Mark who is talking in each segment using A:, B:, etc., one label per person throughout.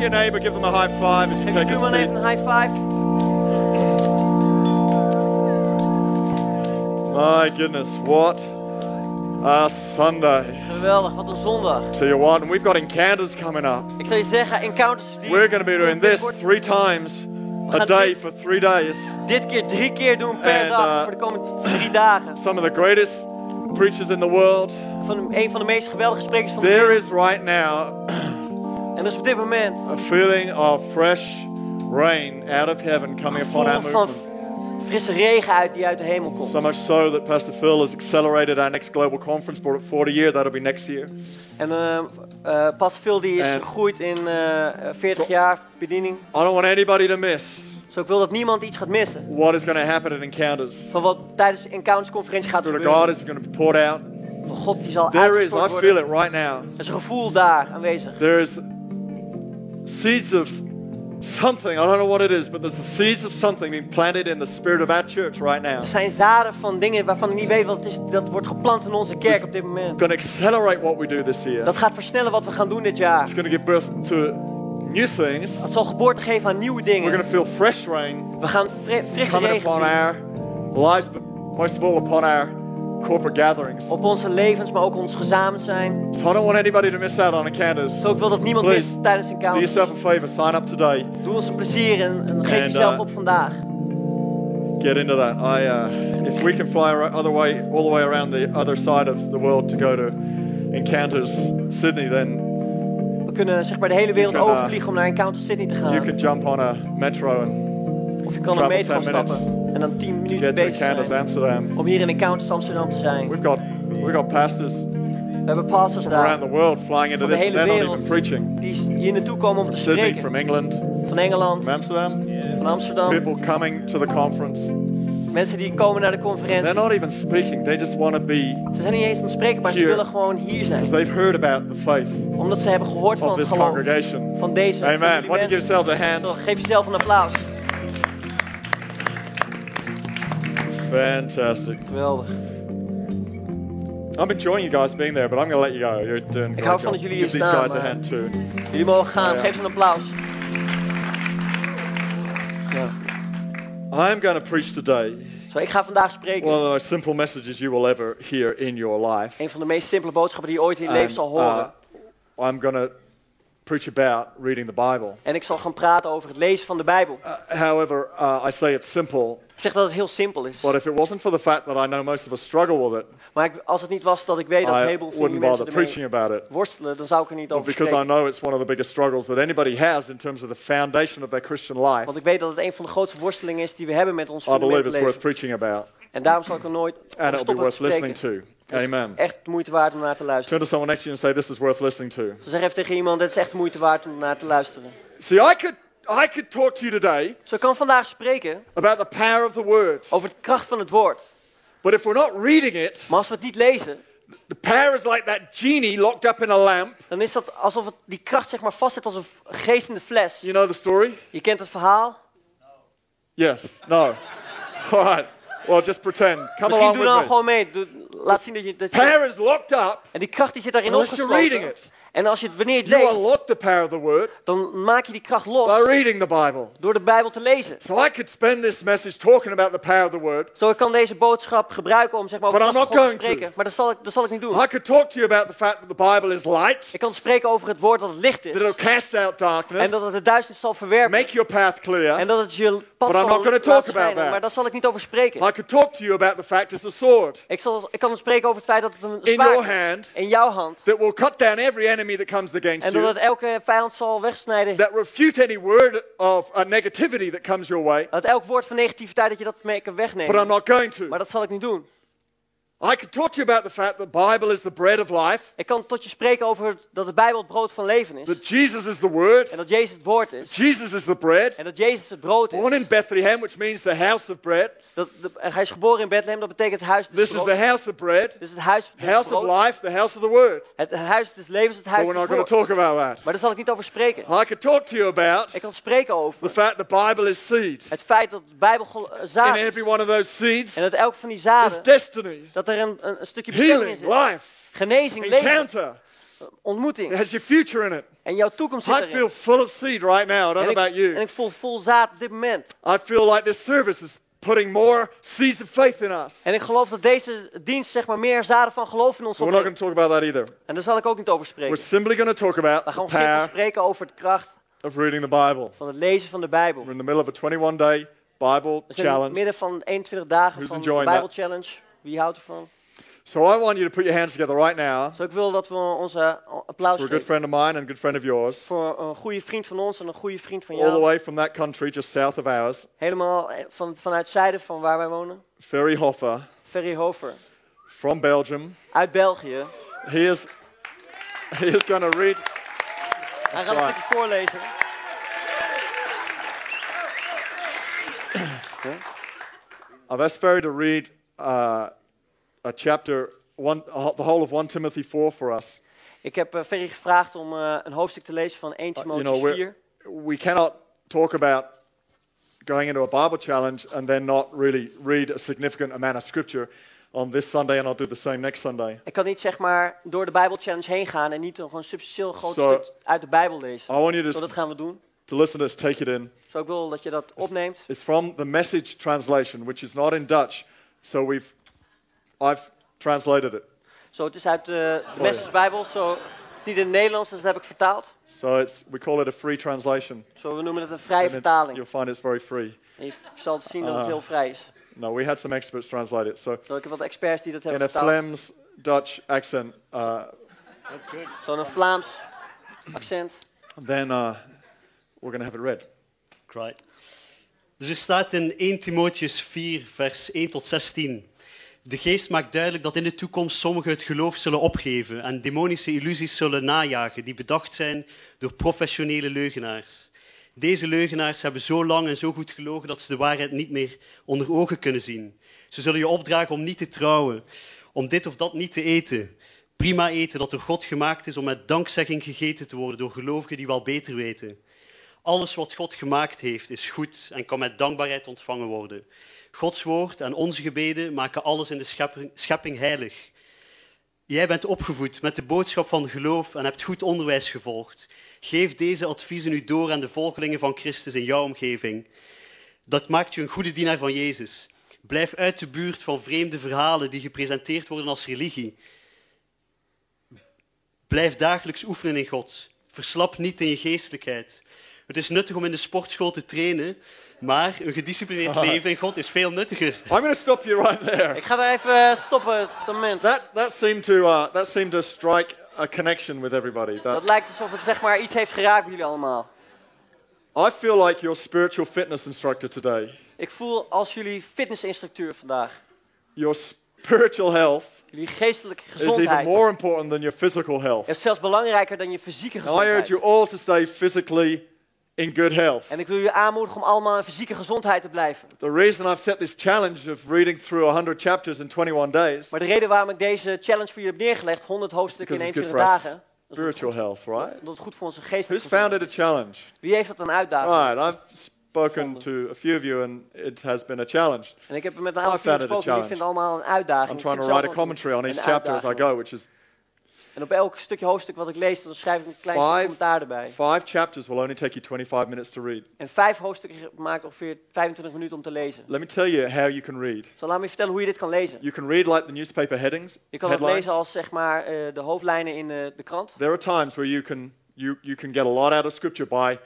A: your neighbour, give them a high five as you
B: Can
A: take
B: you
A: a
B: do one
A: seat.
B: even high five?
A: My goodness, what a Sunday.
B: Geweldig, wat een zondag.
A: Tell you what, and we've got encounters coming up.
B: Ik zal je zeggen, encounters die
A: We're going to be doing this three times a day for three days.
B: dit keer drie keer doen per
A: And,
B: dag
A: uh,
B: voor de komende drie dagen.
A: Some of the greatest preachers in the world.
B: Van een van de meest geweldige sprekers van de
A: There
B: wereld.
A: is right now
B: En dat is op dit moment
A: a feeling of fresh rain out of heaven coming upon our
B: vol van
A: movement.
B: frisse regen uit die uit de hemel komt.
A: So much so that Pastor Phil has accelerated our next global conference, brought it forward a year. That'll be next year.
B: En eh eh, Pastor Phil die is
A: And-
B: gegroeid in eh, eh, 40
A: Zo-
B: jaar bediening.
A: I don't want anybody to miss
B: Dus ik wil dat niemand iets gaat missen.
A: what is going to happen at Encounters.
B: Van wat tijdens de Encounters conferentie
A: The
B: gaat
A: Spirit of
B: gebeuren.
A: God is going to be poured out.
B: Van God die zal
A: There is, I
B: uitgestort
A: feel
B: worden.
A: it right now.
B: Er is een gevoel daar aanwezig.
A: There is seeds of something. I don't know what it is, but there's the seeds of something being planted in the spirit of our church right now.
B: Er zijn zaden van dingen waarvan ik niet weet wat het is. Dat wordt geplant in onze kerk op dit moment.
A: Going to accelerate what we do this year.
B: Dat
A: It's
B: gaat versnellen wat we gaan doen dit jaar.
A: going to give birth to new things.
B: Dat zal geboorte geven aan nieuwe
A: We're going
B: dingen.
A: to feel fresh rain
B: We gaan fri- frisse
A: coming
B: regen
A: upon
B: zien.
A: our lives, but most of all upon our corporate gatherings.
B: Op onze levens, maar ook ons gezamenlijk zijn.
A: So I don't want anybody to miss out on Encounters.
B: Zo, ik wil dat niemand
A: Please,
B: mist tijdens een
A: Do
B: kamer.
A: yourself a favor, sign up today.
B: Doe ons een plezier en, en geef
A: And,
B: jezelf
A: uh,
B: op vandaag.
A: Get into that. I, uh, if we can fly ar- other way, all the way around the other side of the world to go to Encounters Sydney, then
B: We kunnen zeg maar de hele wereld
A: can, uh,
B: overvliegen om naar Encounter Sydney te
A: you
B: gaan.
A: could jump on a metro and
B: Of je kan een
A: travel
B: metro gaan
A: 10 minutes
B: stappen en dan 10 minuten
A: get to
B: bezig
A: Encounters
B: zijn.
A: Amsterdam.
B: Om hier in Encounters Amsterdam te zijn.
A: We've got we've got pastors
B: We hebben pastors daar
A: around the world flying into
B: Van de
A: this, and
B: hele
A: they're not
B: wereld.
A: even preaching.
B: die hier naartoe komen om te
A: Sydney
B: spreken.
A: from England,
B: Van Engeland,
A: from Amsterdam.
B: van Amsterdam.
A: People coming to the conference.
B: Mensen die komen naar de
A: They're
B: conferentie.
A: not even speaking. They just want to be
B: Ze zijn niet eens aan het spreken, maar ze
A: Here.
B: willen gewoon hier
A: because
B: zijn.
A: they've heard about the faith
B: Omdat ze hebben gehoord
A: of
B: van het
A: this
B: geloof.
A: congregation.
B: Van deze. van
A: Amen.
B: die
A: Why don't you give
B: mensen.
A: yourselves a hand?
B: Zo, Geef jezelf een applaus.
A: Fantastic.
B: Geweldig.
A: I'm enjoying you guys being there, but I'm going to let you go. You're doing a great
B: Ik hou van
A: job.
B: dat jullie
A: Give
B: hier
A: these
B: staan,
A: guys a
B: maar-
A: hand too.
B: Jullie mogen gaan.
A: Ja.
B: Geef ze een applaus. Ja.
A: I'm going to preach today
B: Zo, ik ga vandaag spreken.
A: one of the most simple messages you will ever hear in your life.
B: Een van de meest simpele boodschappen die je ooit in je leven zal
A: And, uh,
B: horen.
A: I'm going to preach about reading the Bible.
B: En ik zal gaan praten over het lezen van de Bijbel.
A: Uh, however, uh, I say it's simple,
B: Ik zeg dat het heel simpel is.
A: but if it wasn't for the fact that I know most of us struggle with it,
B: Maar ik, als het niet was dat ik weet dat een
A: I
B: heleboel van jullie
A: wouldn't
B: mensen
A: bother
B: ermee
A: preaching about it.
B: worstelen, dan zou ik er niet
A: But
B: over
A: because I
B: spreken.
A: know it's one of the biggest struggles that anybody has in terms of the foundation of their Christian life,
B: Want ik weet dat het een van de grootste worstelingen is die we hebben met ons
A: I believe it's
B: fundamentenleven.
A: worth preaching about.
B: En daarom zal ik er nooit
A: And
B: over
A: it'll be
B: stoppen te
A: worth listening
B: spreken.
A: to.
B: Dus
A: Amen.
B: Echt de moeite waard om naar te luisteren.
A: Turn to someone next to you and say, "This is worth listening to."
B: Dus zeg even tegen iemand, het is echt de moeite waard om naar te luisteren.
A: See, I could, I could talk to you today
B: Zo ik kan vandaag spreken
A: about the power of the word,
B: over de kracht van het woord.
A: but if we're not reading it,
B: Maar als we het niet lezen,
A: the power is like that genie locked up in a lamp.
B: dan is dat alsof het, die kracht zeg maar vastzit als een v- geest in de fles.
A: You know the story?
B: Je kent het verhaal.
A: Yes. No. All right. Well, just pretend. Come
B: Misschien
A: along
B: doe dan
A: with me.
B: gewoon mee. Doe- laat zien dat je... Dat je-
A: Power is locked up.
B: en die kracht die zit daarin
A: Unless you're
B: opgesloten.
A: reading it.
B: En als je het, wanneer je het
A: You
B: leest,
A: unlock the power of the word
B: dan maak je die kracht
A: by
B: los
A: reading the Bible.
B: door de Bijbel te lezen.
A: So I could spend this message talking about the power of the word.
B: Zo ik kan deze boodschap gebruiken om zeg maar over
A: But
B: de
A: I'm
B: kracht
A: not
B: van God te
A: going to.
B: spreken. Maar dat zal, ik, dat zal ik niet doen.
A: I could talk to you about the fact that the Bible is light,
B: Ik kan spreken over het woord dat het licht
A: that it'll
B: is.
A: cast out
B: En
A: darkness,
B: dat het de duisternis zal verwerpen.
A: make your path clear.
B: En dat het je
A: But
B: pad
A: I'm
B: zal
A: not gonna
B: laten
A: talk about
B: schijnen,
A: that.
B: Maar daar zal ik niet over spreken.
A: I could talk to you about the fact it's a sword
B: Ik, zal, ik kan spreken over het feit dat het een
A: in
B: zwaard
A: your
B: is.
A: hand
B: in jouw hand.
A: that will cut down every enemy that comes against
B: En dat
A: you,
B: het elke vijand zal wegsnijden.
A: that refute any word of uh, negativity that comes your way.
B: Dat elk woord van negativiteit dat je dat mee kan
A: But I'm
B: wegnemen.
A: not going
B: Maar
A: to.
B: dat zal ik niet doen.
A: I could talk to you about the fact the Bible is the bread of life,
B: Ik kan tot je spreken over dat de Bijbel het brood van leven is.
A: that Jesus is the Word,
B: En dat Jezus het woord is.
A: Jesus is the bread,
B: En dat Jezus het brood is.
A: born in Bethlehem, which means the house of bread.
B: Dat, dat- en hij is geboren in Bethlehem, dat betekent het huis des
A: This is the
B: broods.
A: house of bread,
B: Dus het huis des
A: house of
B: broods.
A: life, the house of the Word.
B: Het huis des levens, het
A: But
B: huis
A: we're
B: des
A: not going
B: woord.
A: to talk about
B: Maar daar zal ik niet over spreken.
A: that. I could talk to you about
B: Ik kan spreken
A: the
B: over
A: fact the Bible is seed,
B: het feit dat de Bijbel gel- eh,
A: and
B: zaad is.
A: every one of those seeds
B: En dat
A: is
B: elk van die zaden,
A: destiny.
B: dat er een, een, een stukje bestemming in
A: Dus healing,
B: zit.
A: life,
B: Genezing, leven,
A: encounter,
B: ontmoeting.
A: It has your future in it.
B: En jouw toekomst zit
A: I
B: erin.
A: feel full of seed right now. I don't
B: en,
A: know
B: ik,
A: about
B: en
A: you.
B: ik voel vol zaad op dit moment.
A: I feel like this service is putting more seeds of faith in us.
B: En ik geloof dat deze dienst zeg maar meer zaden van geloof in ons
A: We're not
B: opbrengt.
A: going to talk about that either.
B: En daar zal ik ook niet over
A: We're
B: spreken.
A: simply going to talk about
B: We
A: the
B: gaan gewoon
A: power
B: spreken over de kracht
A: of reading the Bible.
B: van het lezen van de Bijbel.
A: We're in the middle of a 21 day Bible
B: We zijn in het
A: challenge.
B: midden van 21 dagen
A: Who's
B: van de
A: enjoying
B: Bijbel
A: that?
B: Challenge. Wie houdt ervan?
A: So I want you to put your hands together right now
B: Dus ik wil dat we onze eh, applaus
A: for a good
B: geven
A: friend of mine and a good friend of yours,
B: voor een goede vriend van ons en een goede vriend van
A: all the
B: jou.
A: way from that country just south of ours,
B: Helemaal eh, van, vanuit het zuiden van waar wij wonen.
A: Ferry Hoffer
B: Ferry Hofer.
A: from Belgium.
B: Uit België.
A: He is, he is going to read.
B: Hij gaat een
A: right.
B: stukje voorlezen.
A: I've asked Ferry to read uh, a chapter, one, uh, the whole of 1 Timothy 4 for us.
B: Ik heb eh, Ferry gevraagd om eh, een hoofdstuk te lezen van 1
A: Ah, you know,
B: Timotheus
A: we're,
B: 4.
A: we cannot talk about going into a Bible challenge and then not really read a significant amount of scripture on this Sunday, and I'll do the same next Sunday.
B: Ik kan niet zeg maar door de Bijbel Challenge heen gaan en niet een gewoon substantieel groot
A: So-
B: stuk uit de Bijbel lezen.
A: I want you
B: Dus dat
A: to,
B: gaan we doen.
A: to listen to this, take it in.
B: Zo ik wil dat je dat opneemt.
A: It's from the Message translation, which is not in Dutch, so we've, I've translated it.
B: Zo, het is uit eh, de, de Message Bijbel. Zo, het is niet in het Nederlands, dus dat heb ik vertaald.
A: So it's, we call it a free translation.
B: Zo, we noemen het een vrije
A: and it-
B: vertaling.
A: you'll find it's very free.
B: En je zal zien dat het heel vrij is.
A: No, we had some experts translate it. So
B: Zo, ik heb wat experts die dat
A: in
B: hebben
A: a
B: vertaald.
A: Flem's Dutch accent, uh,
B: Zo'n een Vlaams accent.
A: then uh, we're going to have it read.
C: Great. Dus er staat in 1 Timotheus 4, vers 1 tot 16. De geest maakt duidelijk dat in de toekomst sommigen het geloof zullen opgeven en demonische illusies zullen najagen die bedacht zijn door professionele leugenaars. Deze leugenaars hebben zo lang en zo goed gelogen dat ze de waarheid niet meer onder ogen kunnen zien. Ze zullen je opdragen om niet te trouwen, om dit of dat niet te eten. Prima eten dat door God gemaakt is om met dankzegging gegeten te worden door gelovigen die wel beter weten. Alles wat God gemaakt heeft is goed en kan met dankbaarheid ontvangen worden. Gods woord en onze gebeden maken alles in de schepping, schepping heilig. Jij bent opgevoed met de boodschap van geloof en hebt goed onderwijs gevolgd. Geef deze adviezen nu door aan de volgelingen van Christus in jouw omgeving. Dat maakt je een goede dienaar van Jezus. Blijf uit de buurt van vreemde verhalen die gepresenteerd worden als religie. Blijf dagelijks oefenen in God. Verslap niet in je geestelijkheid. Het is nuttig om in de sportschool te trainen, maar een gedisciplineerd leven in God is veel nuttiger.
A: I'm going to stop you right there.
B: Ik ga daar even eh, stoppen op het moment.
A: That, that, seemed to, uh, that seemed to strike a connection with everybody.
B: Dat
A: That,
B: lijkt alsof het zeg maar iets heeft geraakt bij jullie allemaal.
A: I feel like your spiritual fitness instructor today.
B: Ik voel als jullie fitnessinstructeur vandaag.
A: Your spiritual health
B: Jullie geestelijke
A: is even
B: gezondheid
A: more important than your physical health.
B: is zelfs belangrijker dan je fysieke
A: And I urge you
B: gezondheid.
A: all to stay physically in good health.
B: En ik wil jullie aanmoedigen om allemaal in fysieke gezondheid te blijven.
A: The reason I've set this challenge of reading through 100 chapters in 21 days
B: Maar de reden waarom ik deze challenge voor jullie heb neergelegd, 100 hoofdstukken in
A: because it's good
B: 21
A: for our
B: dagen,
A: spiritual health, right?
B: omdat het goed voor onze
A: Who's
B: geestelijke gezondheid
A: founded Ah. a challenge?
B: is. Wie heeft dat een uitdaging?
A: All right, I've spoken to a few of you and it has been a challenge.
B: En ik heb er met een
A: I
B: aantal van jullie
A: found it a
B: gesproken,
A: Ah,
B: jullie
A: challenge.
B: vinden allemaal een uitdaging.
A: I'm
B: Ik
A: trying to
B: vind het
A: write a
B: zelf ook
A: commentary on each
B: een
A: chapter as I
B: uitdaging.
A: go, which is
B: En op elk stukje hoofdstuk wat ik lees, dan schrijf ik een klein stukje
A: Five.
B: commentaar erbij.
A: five chapters will only take you 25 minutes to read.
B: En vijf hoofdstukken maakt ongeveer 25 minuten om te lezen.
A: Let me tell you how you can read.
B: Zal laat me je vertellen hoe je dit kan lezen.
A: You can read like the newspaper headings.
B: Je kan het
A: headlines.
B: lezen als zeg maar eh, de hoofdlijnen in eh, de krant.
A: There are times where you can you, you can get a lot out of scripture by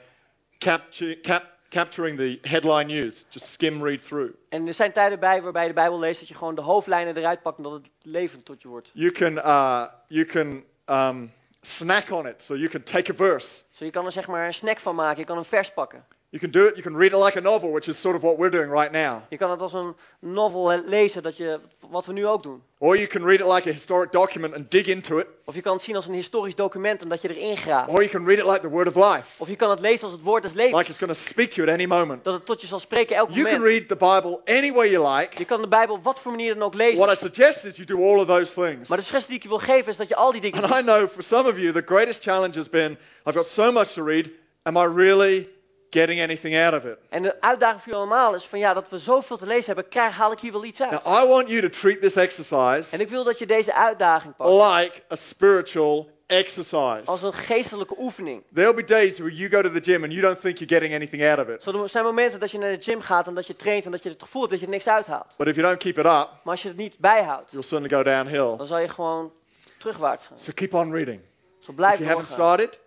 A: capture, cap, capturing the headline news. Just skim read through.
B: En er zijn tijden bij waarbij je de Bijbel leest dat je gewoon de hoofdlijnen eruit pakt en dat het levend tot je wordt.
A: You can uh, you can um, snack on it. So you can take a verse.
B: Zo Dus je kan er zeg maar een snack van maken, je kan een vers pakken.
A: You can do it. You can read it like a novel, which is sort of what we're doing right now.
B: Je kan het als een novel eh, lezen, dat je, wat we nu ook doen.
A: Or you can read it like a historic document and dig into it.
B: Of je kan het zien als een historisch document en dat je erin graaft.
A: Or you can read it like the word of life,
B: Of je kan het lezen als het woord des levens,
A: like it's going to speak to you at any moment.
B: dat het tot je zal spreken elk
A: You can
B: moment.
A: read the Bible any way you like.
B: Je kan de Bijbel op wat voor manier dan ook lezen.
A: What I suggest is you do all of those things.
B: Maar de suggestie die ik je wil geven is dat je al die dingen
A: And I know for some of you, the greatest challenge has been I've got so much to read. Am I really getting anything out of it?
B: En de uitdaging voor jullie allemaal is van ja, dat we zoveel te lezen hebben, krijg, haal ik hier wel iets uit.
A: Now, I want you to treat this exercise
B: En ik wil dat je deze uitdaging pakt
A: like a spiritual exercise.
B: als een geestelijke oefening.
A: There'll be days where you go to the gym and you don't think you're getting anything out of it.
B: Zo, er zijn momenten dat je naar de gym gaat en dat je traint en dat je het gevoel hebt dat je er niks uithaalt.
A: But if you don't keep it up,
B: Maar als je het niet bijhoudt,
A: you'll certainly go downhill.
B: dan zal je gewoon terugwaarts gaan.
A: So keep on reading.
B: Zo
A: If
B: blijf
A: you haven't
B: doorgaan.
A: started,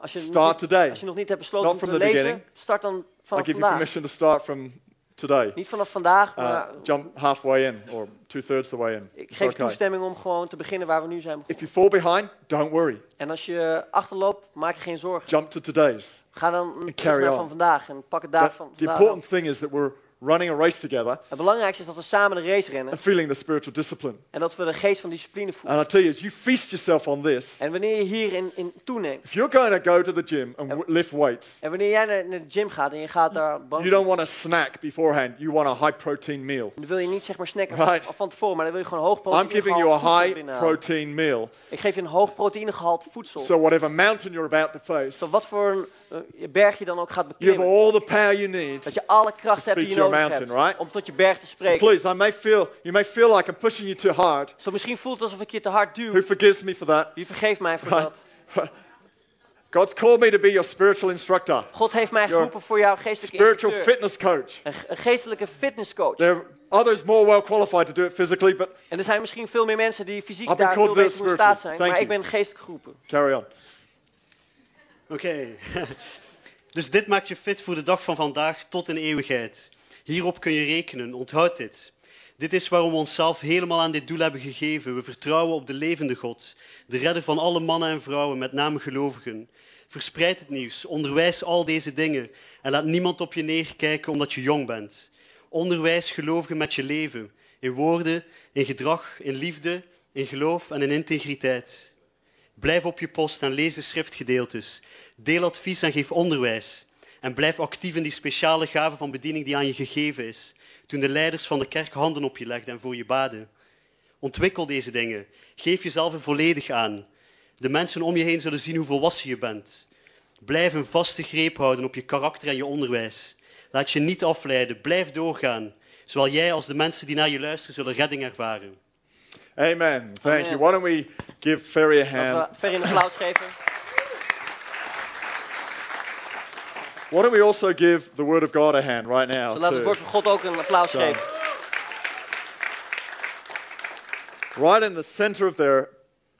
B: Als je, nog
A: start
B: niet,
A: today.
B: als je nog niet hebt
A: Not
B: besloten om
A: from
B: te
A: the
B: lezen,
A: beginning.
B: start dan
A: I'll
B: vanaf
A: give you
B: vandaag.
A: permission to start from today.
B: Niet vanaf vandaag, maar
A: Uh, jump halfway in or two thirds of the way in.
B: ik
A: It's
B: geef
A: okay.
B: toestemming om gewoon te beginnen waar we nu zijn
A: If
B: begonnen.
A: you fall behind, don't worry.
B: En als je achterloopt, maak je geen zorgen.
A: Jump to today's.
B: Ga dan terug
A: carry
B: naar
A: on.
B: van vandaag en pak het
A: The,
B: daarvan.
A: the
B: vandaag
A: important
B: op.
A: thing is that we're running a race together
B: Het belangrijkste is dat we samen de race rennen
A: and feeling the spiritual discipline.
B: en dat we de geest van discipline voelen.
A: And I tell you, as you feast yourself on this,
B: En wanneer je hierin in toeneemt
A: if you're going to go to the gym and w- lift weights,
B: en wanneer jij naar, naar de gym gaat en je gaat daar
A: you
B: banken,
A: don't want a snack beforehand. You want a high protein meal.
B: dan wil je niet zeg maar snacken
A: Right.
B: van, van tevoren, maar dan wil je gewoon hoog
A: I'm giving
B: proteïnegehalte
A: you a
B: voedsel
A: high
B: binnenhalen.
A: protein meal.
B: Ik geef je een hoog proteïnegehalte voedsel.
A: So whatever mountain you're about to face,
B: Zo wat voor een eh, berg je dan ook gaat
A: you have all
B: beklimmen.
A: the power you need.
B: Dat je alle kracht
A: speak
B: hebt die je
A: to your
B: nodig
A: mountain,
B: hebt
A: right?
B: om tot je berg te
A: So
B: spreken.
A: please, I may feel you may feel like I'm pushing you too hard.
B: Zo misschien voelt het alsof ik je te hard
A: Who
B: duw.
A: forgives me for that?
B: Wie vergeeft mij voor
A: Right.
B: dat?
A: God's called me to be your spiritual instructor,
B: God heeft mij
A: Your
B: geroepen voor jouw geestelijke
A: spiritual
B: instructeur.
A: fitness coach.
B: Een, ge- een geestelijke fitnesscoach.
A: There are others more well qualified to do it physically, but
B: En er zijn misschien veel meer mensen die
A: I've
B: fysiek
A: been
B: daar
A: called
B: veel
A: to
B: beter voor in
A: spiritual.
B: staat zijn.
A: Thank
B: Maar ik
A: you.
B: ben geestelijk geroepen.
A: carry on.
C: Oké. dus dit maakt je fit voor de dag van vandaag tot in eeuwigheid. Hierop kun je rekenen, onthoud dit. Dit is waarom we onszelf helemaal aan dit doel hebben gegeven. We vertrouwen op de levende God, de redder van alle mannen en vrouwen, met name gelovigen. Verspreid het nieuws, onderwijs al deze dingen en laat niemand op je neerkijken omdat je jong bent. Onderwijs gelovigen met je leven, in woorden, in gedrag, in liefde, in geloof en in integriteit. Blijf op je post en lees de schriftgedeeltes. Deel advies en geef onderwijs. En blijf actief in die speciale gave van bediening die aan je gegeven is. Toen de leiders van de kerk handen op je legden en voor je baden. Ontwikkel deze dingen. Geef jezelf er volledig aan. De mensen om je heen zullen zien hoe volwassen je bent. Blijf een vaste greep houden op je karakter en je onderwijs. Laat je niet afleiden. Blijf doorgaan. Zowel jij als de mensen die naar je luisteren zullen redding ervaren.
A: Amen. Thank
B: Amen.
A: you. Why don't we give Ferry a hand?
B: Laten we ver in de applaus geven.
A: Why don't we also give the Word of God a hand right now?
B: Dan laten we het
A: too?
B: woord van God ook een applaus
A: eh, Zo.
B: geven.
A: Right in the center of there,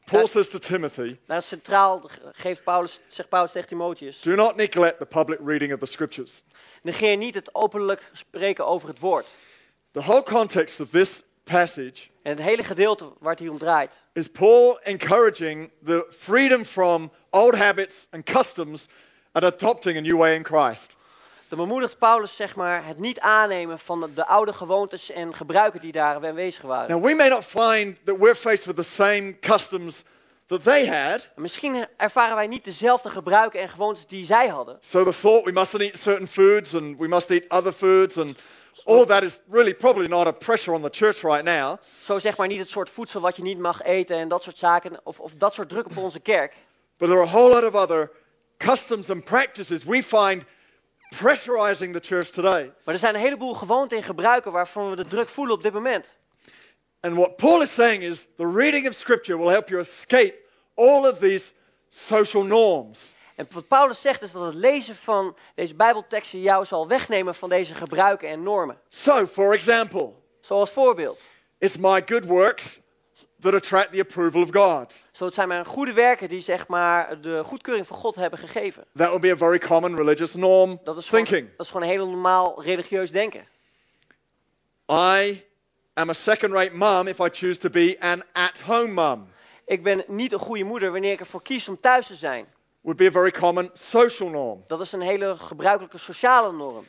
A: Paul says to Timothy,
B: Nou, centraal ge- geeft Paulus, zegt Paulus tegen Timotheus.
A: "Do not neglect the public reading of the Scriptures."
B: Negeer niet het openlijk spreken over het woord.
A: The whole context of this passage
B: En het hele gedeelte waar het hier om draait.
A: is Paul encouraging the freedom from old habits and customs and adopting a new way in Christ.
B: Dan bemoedigt Paulus zeg maar, het niet aannemen van de, de oude gewoontes en gebruiken die daar aanwezig waren.
A: Now, we may not find that we're faced with the same customs that they had,
B: En Misschien ervaren wij niet dezelfde gebruiken en gewoontes die zij hadden.
A: so the thought we mustn't eat certain foods and we must eat other foods and all of that is really probably not a pressure on the church right now.
B: Zo zeg maar niet het soort voedsel wat je niet mag eten en dat soort zaken. Of, of dat soort druk op onze kerk.
A: But there are a whole lot of other customs and practices we find pressurizing the church today.
B: Maar er zijn een heleboel gewoonten en gebruiken waarvan we de druk voelen op dit moment.
A: And what Paul is saying is the reading of Scripture will help you escape all of these social norms.
B: En wat Paulus zegt is dat het lezen van deze Bijbelteksten jou zal wegnemen van deze gebruiken en normen.
A: So, for example,
B: Zoals voorbeeld.
A: it's my good works that attract the approval of God.
B: Zo het zijn maar goede werken die zeg maar, de goedkeuring van God hebben gegeven.
A: That would be a very common religious norm
B: Dat is gewoon,
A: thinking.
B: dat is gewoon heel normaal religieus denken.
A: I am a second rate mum if I choose to be an at home mum,
B: Ik ben niet een goede moeder wanneer ik ervoor kies om thuis te zijn.
A: would be a very common social norm.
B: Dat is een hele gebruikelijke sociale norm.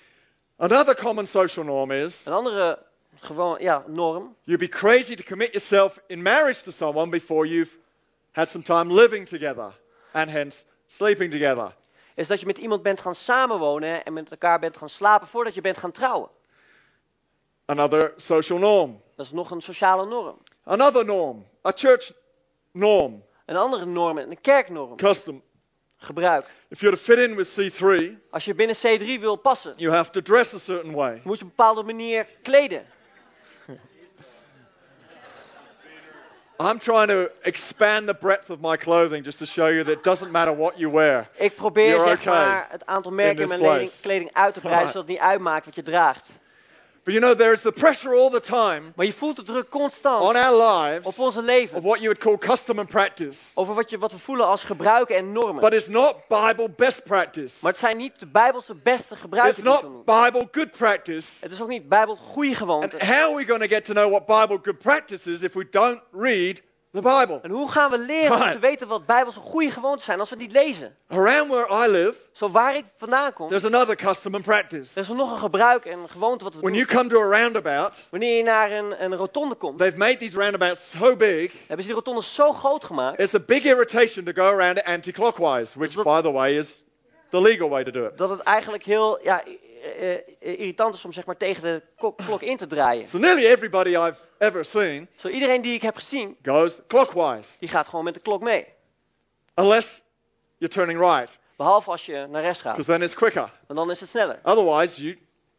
A: Another common social norm is
B: Een andere gewoon, ja, norm.
A: You'd be crazy to commit yourself in marriage to someone before you've had some time living together and hence sleeping together.
B: is dat je met iemand bent gaan samenwonen en met elkaar bent gaan slapen voordat je bent gaan trouwen.
A: Another social norm.
B: Dat is nog een sociale norm.
A: Another norm. A church norm.
B: Een andere norm, een kerknorm,
A: Custom.
B: gebruik.
A: If you're to fit in with C3,
B: Als je binnen C3 wil passen,
A: you have to dress a certain way.
B: moet je op een bepaalde manier kleden.
A: I'm trying to expand the breadth of my clothing just to show you that it doesn't matter what you wear.
B: Ik probeer
A: You're
B: zeg
A: okay
B: maar, het aantal merken
A: in
B: in
A: this
B: mijn kleding,
A: place.
B: kleding uit te breiden,
A: Alright.
B: zodat het niet uitmaakt wat je draagt.
A: But you know, there is the pressure all the time
B: Maar je voelt de druk constant
A: on our lives
B: op onze
A: of
B: leven.
A: what you would call custom and practice.
B: Over wat, je, wat we voelen als gebruiken en normen.
A: But it's not Bible best practice.
B: Maar het zijn niet de Bijbelse beste
A: It's
B: gebruiken die we
A: not
B: doen.
A: Bible good practice.
B: Het is ook niet Bijbel goede
A: And
B: gewoonten.
A: how are we going to get to know what Bible good practice is if we don't read the Bible?
B: En hoe gaan we leren om
A: Right.
B: te weten wat Bijbelse goede gewoonten zijn als we het niet lezen?
A: Around where I live,
B: Zo waar ik vandaan kom, er
A: there's another custom and practice.
B: is er nog een gebruik en een gewoonte wat we
A: When
B: doen.
A: you come to a roundabout,
B: Wanneer je naar een, een rotonde komt,
A: they've made these roundabouts so big,
B: hebben ze die rotonde zo groot gemaakt,
A: it's a big irritation to go around it anti clockwise, which, by the way, is the legal way to do it.
B: dat het eigenlijk heel ja, i- eh, eh, irritant is om zeg maar, tegen de ko- klok in te draaien.
A: So nearly everybody I've ever seen
B: Zo iedereen die ik heb gezien,
A: goes clockwise,
B: die gaat gewoon met de klok mee.
A: unless you're turning right,
B: Behalve als je naar rechts gaat,
A: because then it's quicker.
B: want dan is het sneller.
A: Otherwise, you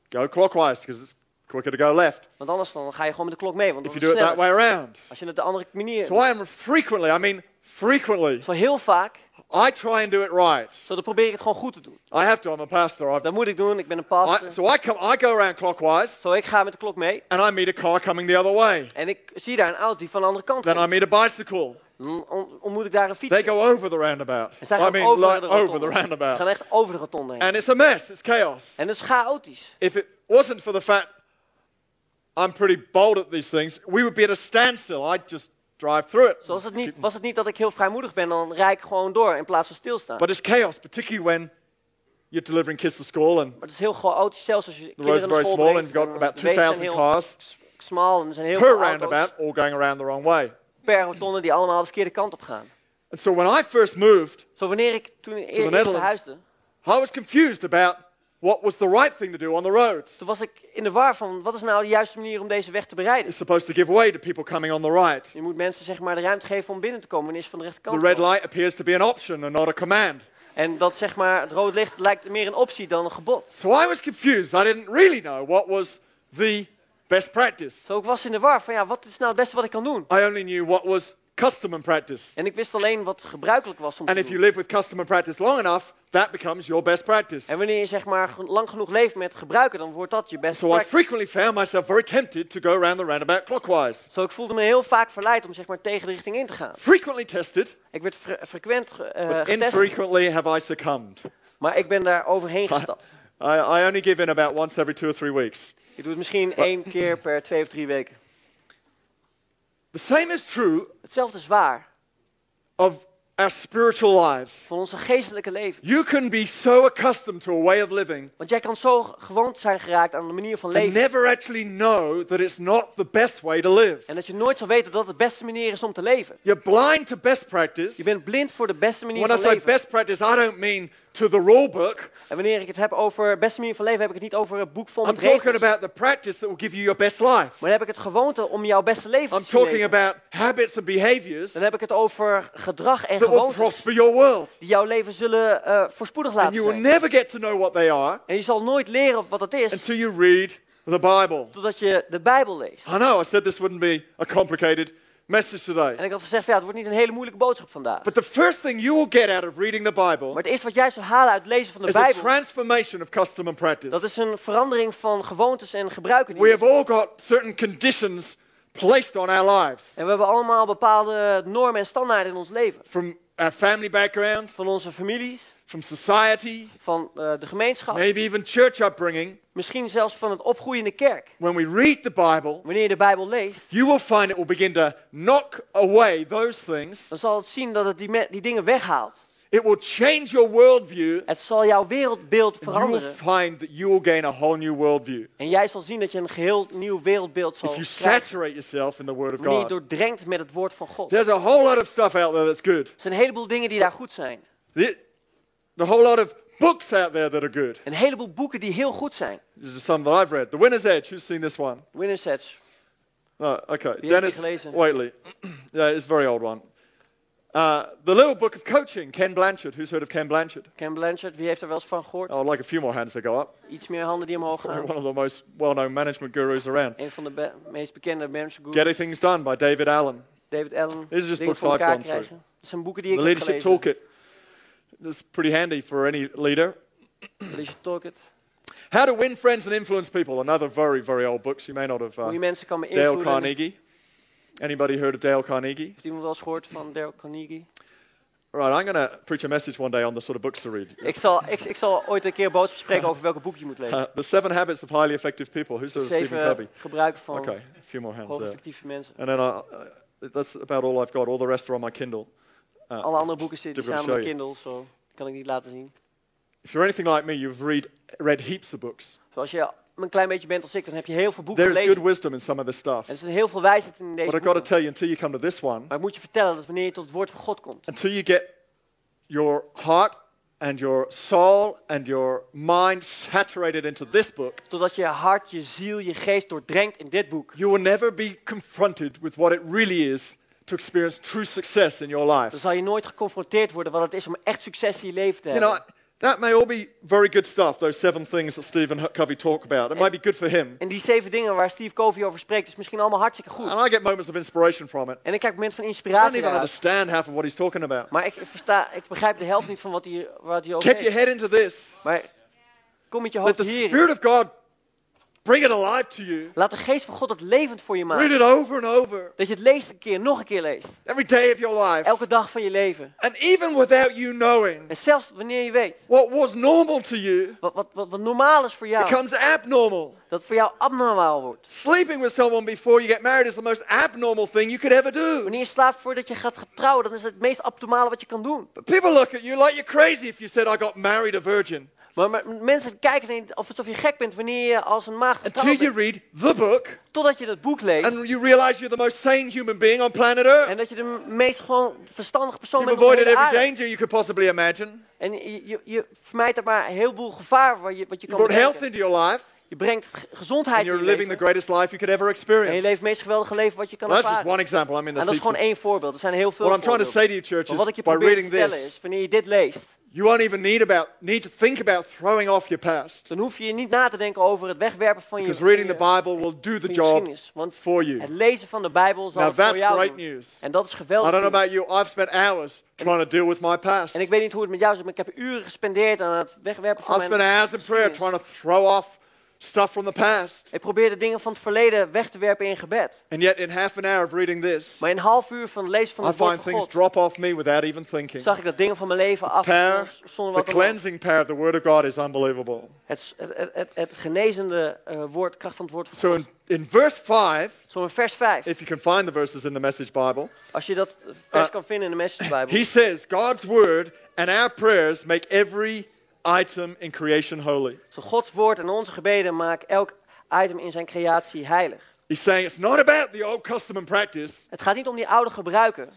A: go clockwise, because it's quicker to go left
B: Want anders dan ga je gewoon met de klok mee, want
A: if
B: dan
A: you
B: is
A: do
B: het
A: it that
B: sneller.
A: way around.
B: Als je het de andere manier
A: So I am frequently, I mean frequently,
B: Zo heel vaak,
A: I try and do it right.
B: zo dan probeer ik het gewoon goed te doen.
A: I have to, I'm a pastor. I've,
B: Dat moet ik doen, ik ben een
A: I,
B: pastor.
A: so I, come, I go around clockwise,
B: Zo, ik ga met de klok mee.
A: and I meet a car coming the other way.
B: En ik zie daar een auto die van de andere kant
A: Then I
B: komt.
A: meet a bicycle.
B: Dan on- ontmoet ik daar een fiets.
A: They go over the roundabout.
B: En zij
A: I
B: gaan
A: mean,
B: over,
A: like
B: de
A: over the
B: rotonde. Ze gaan
A: roundabout.
B: echt over de rotonde heen.
A: And it's a mess. It's chaos.
B: En dat is chaotisch.
A: If it wasn't for the fact I'm pretty bold at these things, we would be at a standstill. I'd just drive through it.
B: Zoals het niet, was het niet dat ik heel vrijmoedig ben, dan rijd ik gewoon door in plaats van stilstaan.
A: But it's chaos, particularly when you're delivering kids to school and
B: maar het is heel chaotisch, zelfs als je
A: the
B: kinderen
A: road's
B: naar
A: very
B: school
A: small and
B: brengt.
A: you've got
B: eh,
A: about
B: de wegen zijn
A: 2,000
B: heel
A: cars
B: smal en er zijn heel
A: per
B: veel auto's
A: roundabout all going around the wrong way.
B: per rotonde die allemaal de verkeerde kant op gaan.
A: And so when I first moved,
B: Zo wanneer ik toen e- eerst
A: Netherlands.
B: verhuisde,
A: I was confused about what was the right thing to do on the roads.
B: toen was ik in de war van wat is nou de juiste manier om deze weg te bereiden.
A: It's supposed to give way to people coming on the right.
B: Je moet mensen zeg maar de ruimte geven om binnen te komen wanneer ze van de
A: The
B: rechterkant
A: red
B: komen.
A: light appears to be an option and not a command.
B: En dat zeg maar, het rood licht lijkt meer een optie dan een gebod.
A: So I was confused. I didn't really know what was the best practice.
B: Zo ik was in de war van ja, wat is nou het beste wat ik kan doen?
A: I only knew what was custom and practice.
B: En ik wist alleen wat gebruikelijk was om te
A: And if
B: doen.
A: you live with custom and practice long enough, that becomes your best practice.
B: En wanneer je zeg maar ge- lang genoeg leeft met gebruiken, dan wordt dat je beste
A: So I
B: practice.
A: frequently found myself very tempted to go around the roundabout clockwise.
B: Zo ik voelde me heel vaak verleid om zeg maar tegen de richting in te gaan.
A: Frequently tested,
B: Ik werd fre- frequent ge- eh,
A: but
B: getest,
A: infrequently have I succumbed.
B: maar ik ben daar overheen gestapt.
A: I, I only give in about once every two or three weeks.
B: Ik doe het misschien één keer per twee of drie weken.
A: The same is true
B: Hetzelfde is waar
A: of our spiritual lives.
B: voor onze geestelijke leven.
A: You can be so accustomed to a way of living
B: Want jij kan zo gewond zijn geraakt aan de manier van
A: and
B: leven.
A: never actually know that it's not the best way to live.
B: En dat je nooit zal weten dat dat de beste manier is om te leven.
A: You're blind to best practice.
B: Je bent blind voor de beste manier
A: When I
B: van
A: say
B: leven.
A: best practice, I don't mean to the rule book.
B: En wanneer ik het heb over beste manier van leven, heb ik het niet over een boek vol
A: I'm
B: met
A: talking
B: regels. Maar
A: about the practice that will give you your best life.
B: dan heb ik het gewoonte om jouw beste leven
A: I'm
B: te kunnen
A: talking
B: leven.
A: about habits and behaviors
B: Dan heb ik het over gedrag
A: that
B: en
A: will
B: gewoontes
A: prosper your world.
B: die jouw leven zullen eh, voorspoedig
A: And
B: laten
A: you will
B: zijn.
A: never get to know what they are
B: En je zal nooit leren wat dat is,
A: until you read the Bible.
B: totdat je de Bijbel leest.
A: I know I said this wouldn't be a complicated message
B: En
A: today.
B: ik had gezegd, ja, het wordt niet een hele moeilijke boodschap vandaag.
A: But the first thing you will get out of reading the Bible
B: Maar het eerste wat jij zal halen uit het lezen van de
A: is a
B: Bijbel,
A: transformation of custom and practice.
B: dat is een verandering van gewoontes en gebruiken. die
A: We
B: je
A: have all got certain conditions placed on our lives
B: En we hebben allemaal bepaalde normen en standaarden in ons leven.
A: from our family background,
B: Van onze families,
A: from society,
B: van eh, de gemeenschap,
A: maybe even church upbringing.
B: misschien zelfs van het opgroeien in de kerk.
A: When we read the Bible,
B: Wanneer je de Bijbel leest,
A: you will find it will begin to knock away those things.
B: dan zal het zien dat het die, me- die dingen weghaalt.
A: It will change your worldview.
B: Het zal jouw wereldbeeld
A: And you will
B: veranderen.
A: find that you will gain a whole new worldview
B: En jij zal zien dat je een geheel nieuw wereldbeeld zal
A: if you
B: krijgen.
A: saturate yourself in the Word of
B: Wanneer je
A: God.
B: doordrenkt met het woord van God. Er
A: There's a whole lot of stuff out there that's good.
B: zijn een heleboel dingen die daar goed zijn.
A: The, the whole lot of books out there that are good.
B: Een heleboel boeken die heel goed zijn.
A: This is some that I've read. The Winner's Edge. Who's seen this one?
B: Winner's Edge.
A: No, okay.
B: Die heb ik
A: Dennis
B: gelezen.
A: Waitley. yeah, it's a very old one. Uh, the Little Book of Coaching, Ken Blanchard. Who's heard of Ken Blanchard?
B: Ken Blanchard, wie heeft er wel eens van gehoord?
A: Oh, I'd like a few more hands to go up.
B: Iets meer handen die omhoog
A: Probably
B: gaan.
A: one of the most well known management gurus around.
B: Een van de be- meest bekende
A: Getting
B: managergurus.
A: Things Done by David Allen.
B: David Allen.
A: This is dus just
B: dingen
A: book
B: voor elkaar
A: five gone
B: krijgen. Dat zijn boeken die
A: The
B: ik heb
A: Leadership
B: gelezen.
A: Toolkit is pretty handy for any leader.
B: Leadership Toolkit.
A: How to Win Friends and Influence People, another very, very old book. You may not have.
B: Hoe je
A: Uh,
B: mensen kan beïnvloeden.
A: Dale Carnegie. Anybody heard of Dale Carnegie?
B: Heeft iemand wel eens gehoord van Dale Carnegie?
A: All right, I'm going to preach a message one day on the sort of books to read.
B: Ik zal, ik, ik zal ooit een keer een boodschap spreken over welke boek je moet lezen.
A: Uh, the Seven Habits of Highly Effective People. Who's heard of Stephen
B: Steven
A: Covey?
B: gebruiken van
A: Okay, a few more hands there.
B: hoogeffectieve mensen.
A: And then I, uh, that's about all I've got. All the rest are on my Kindle. Uh,
B: Alle andere boeken zitten
A: Different
B: staan op mijn
A: show
B: Kindle, zo kan ik niet laten zien.
A: If you're anything like me, you've read, read heaps of books.
B: Zoals je een klein beetje bent als ik, dan heb je heel veel boeken
A: There is good
B: gelezen. En
A: wisdom in some of this stuff.
B: er zit heel veel wijsheid in deze
A: But I've
B: boeken.
A: got to tell you, until you come to this one,
B: Maar ik moet je vertellen dat wanneer je tot het woord van God komt,
A: until you get your heart and your soul and your mind saturated into this book,
B: totdat je hart, je ziel, je geest doordrenkt in dit boek,
A: you will never be confronted with what it really is to experience true success in your
B: dan
A: life.
B: zal je nooit geconfronteerd worden wat het is om echt succes in je leven te
A: You
B: hebben.
A: know, that may all be very good stuff, those seven things that Stephen Covey talked about. It might be good for him.
B: en die zeven dingen waar Steve Covey over spreekt, is misschien allemaal hartstikke goed.
A: And I get moments of inspiration from it.
B: En ik krijg momenten van
A: I don't
B: inspiratie
A: even
B: daaruit.
A: understand half of what he's talking about.
B: Maar ik, versta, ik begrijp de helft niet van wat hij, wat hij over
A: Get your
B: heeft.
A: head into this.
B: Maar kom met je
A: Let
B: hoofd
A: the
B: hier.
A: Spirit of God bring it alive to you.
B: Laat de geest van God het levend voor je
A: Read
B: maken.
A: it over and over
B: Dat je het leest een keer, nog een keer leest.
A: every day of your life.
B: Elke dag van je leven.
A: And even without you knowing,
B: En zelfs wanneer je weet,
A: what was normal to you
B: wat, wat, wat, wat normaal is voor jou,
A: becomes abnormal.
B: dat voor jou abnormaal wordt.
A: Sleeping with someone before you get married is the most abnormal thing you could ever do.
B: Wanneer je slaapt voordat je gaat trouwen, dan is het het meest abnormale wat je kan doen.
A: But people look at you like you're crazy if you said, I got married a virgin.
B: Maar, maar mensen kijken en- of alsof je gek bent wanneer je als een maagd
A: Until
B: getrouwd
A: you
B: bent.
A: read the book
B: Totdat je dat boek leest
A: and you realize you're the most sane human being on planet Earth.
B: en dat je de meest gewoon verstandige persoon
A: You've
B: bent op de
A: avoided
B: hele
A: every
B: aarde.
A: danger you could possibly imagine.
B: En je, je, je vermijdt er maar een heleboel gevaar wat je, wat je
A: You
B: kan
A: brought health
B: bedenken.
A: into your life,
B: Je brengt g- gezondheid
A: and
B: in
A: you're
B: je
A: living the
B: leven.
A: greatest life you could ever
B: En je
A: experience.
B: leeft het meest geweldige leven wat je kan
A: That's just
B: ervaren.
A: one example. I'm in
B: En
A: the
B: dat is gewoon
A: seats.
B: één voorbeeld. Er zijn heel veel
A: What I'm trying to
B: voorbeelden.
A: say to you, church,
B: Maar
A: is
B: wat ik je
A: by
B: probeer te
A: reading
B: vertellen
A: this,
B: is, wanneer je dit leest,
A: you won't even need about need to think about throwing off your past
B: dan hoef je niet na te denken over het wegwerpen van je,
A: because
B: van je,
A: reading the Bible will do the
B: van je
A: job
B: geschiedenis. Want
A: for
B: het
A: you.
B: lezen van de Bijbel zal
A: Now
B: het voor
A: that's
B: jou
A: great
B: doen.
A: news.
B: En dat is
A: I
B: geweldig.
A: don't know
B: nieuws.
A: about you. I've spent hours trying to deal with my past.
B: En ik weet niet hoe het met jou zit, maar ik heb uren gespendeerd aan het wegwerpen van
A: I've spent
B: mijn...
A: hours in prayer
B: geschiedenis.
A: trying to throw off stuff from the past.
B: Ik probeer de dingen van het verleden weg te werpen in gebed.
A: And yet, in half an hour of reading this,
B: Maar in een half uur van het lezen van
A: I
B: het woord
A: find
B: van
A: things
B: God
A: drop off me without even thinking.
B: zag ik dat dingen van mijn leven af
A: Power,
B: zonder
A: the
B: wat dan ook.
A: cleansing power of the Word of God is unbelievable.
B: Het, het, het, het, het genezende eh, woord, kracht van het woord van
A: So,
B: God.
A: in, in verse 5,
B: Zo in vers 5.
A: if you can find the verses in the Message Bible,
B: Als je dat vers
A: Eh,
B: kan vinden in de Message Bijbel.
A: He says, God's word and our prayers make every item in creation holy.
B: Zo Gods woord en onze gebeden maken elk item in zijn creatie heilig.
A: He's saying it's not about the old custom and practice,
B: Het gaat niet om die oude gebruiken.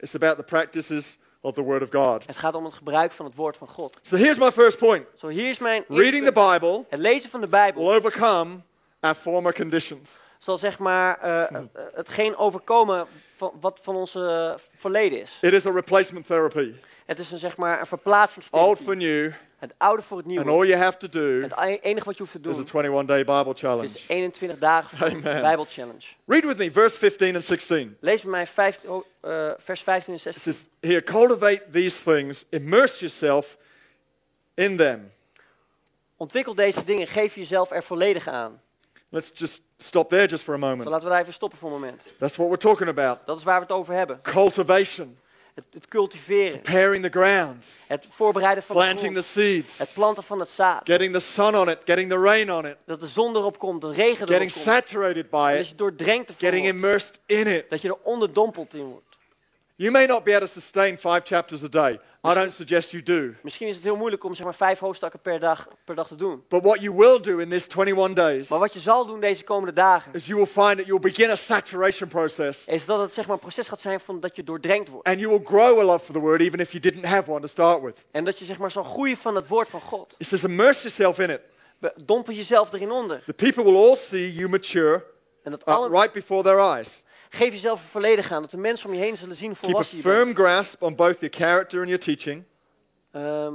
A: it's about the practices of the word of God.
B: Het gaat om het gebruik van het woord van God.
A: So here's my first point
B: Zo hier is mijn eerste
A: reading the
B: punt.
A: Bible
B: Het lezen van de
A: will
B: Bijbel
A: overcome our former conditions.
B: zal zeg maar eh,
A: Hmm.
B: eh, hetgeen overkomen van, wat van ons eh, verleden is.
A: It is a replacement therapy,
B: Het is een, zeg maar een
A: old
B: verplaatsingstherapie.
A: for new,
B: Het oude voor het
A: and
B: nieuwe.
A: all you have to do
B: Het e- enige wat je hoeft te
A: is a
B: doen
A: 21 day Bible
B: is
A: challenge.
B: de 21 dagen van de
A: Amen.
B: Bijbel Challenge.
A: Read with me verse 15 and 16.
B: Lees bij mij vijf, oh, eh, vers 15 en 16.
A: It says, Here, cultivate these things, immerse yourself in them.
B: Ontwikkel deze dingen, geef jezelf er volledig aan.
A: Let's just stop there just for a
B: Zo,
A: moment.
B: laten we daar even stoppen voor een moment.
A: That's what we're talking about.
B: Dat is waar we het over hebben.
A: Cultivation,
B: Het, het cultiveren,
A: preparing the ground,
B: het voorbereiden van het,
A: planting the
B: grond, het
A: seeds,
B: planten van het zaad.
A: getting the sun on it, getting the rain on it,
B: Dat de zon erop komt, de regen erop
A: getting
B: komt. En
A: saturated by
B: dat
A: it,
B: je doordrenkt ervan
A: getting
B: wordt.
A: immersed in it.
B: Dat je er onderdompeld in wordt.
A: You may not be able to sustain five chapters a day. I don't suggest you do.
B: Misschien is het heel moeilijk om zeg maar, vijf hoofdstukken per dag, per dag te doen.
A: But what you will do in this 21 days
B: Maar wat je zal doen deze komende dagen,
A: is you will find that you'll begin a saturation process
B: is dat het zeg maar, een proces gaat zijn van dat je doordrenkt wordt.
A: and you will grow a love for the word even if you didn't have one to start with.
B: En dat je zeg maar, zal groeien van het woord van God.
A: It says immerse yourself in it.
B: Be- Dompel jezelf erin onder.
A: The people will all see you mature
B: En dat
A: uh,
B: alle,
A: right before their eyes.
B: Geef jezelf er volledig aan. Dat de mensen om je heen zullen zien hoe
A: Keep a
B: volwassen je bent.
A: firm grasp on both your character and your teaching.
B: Ehm,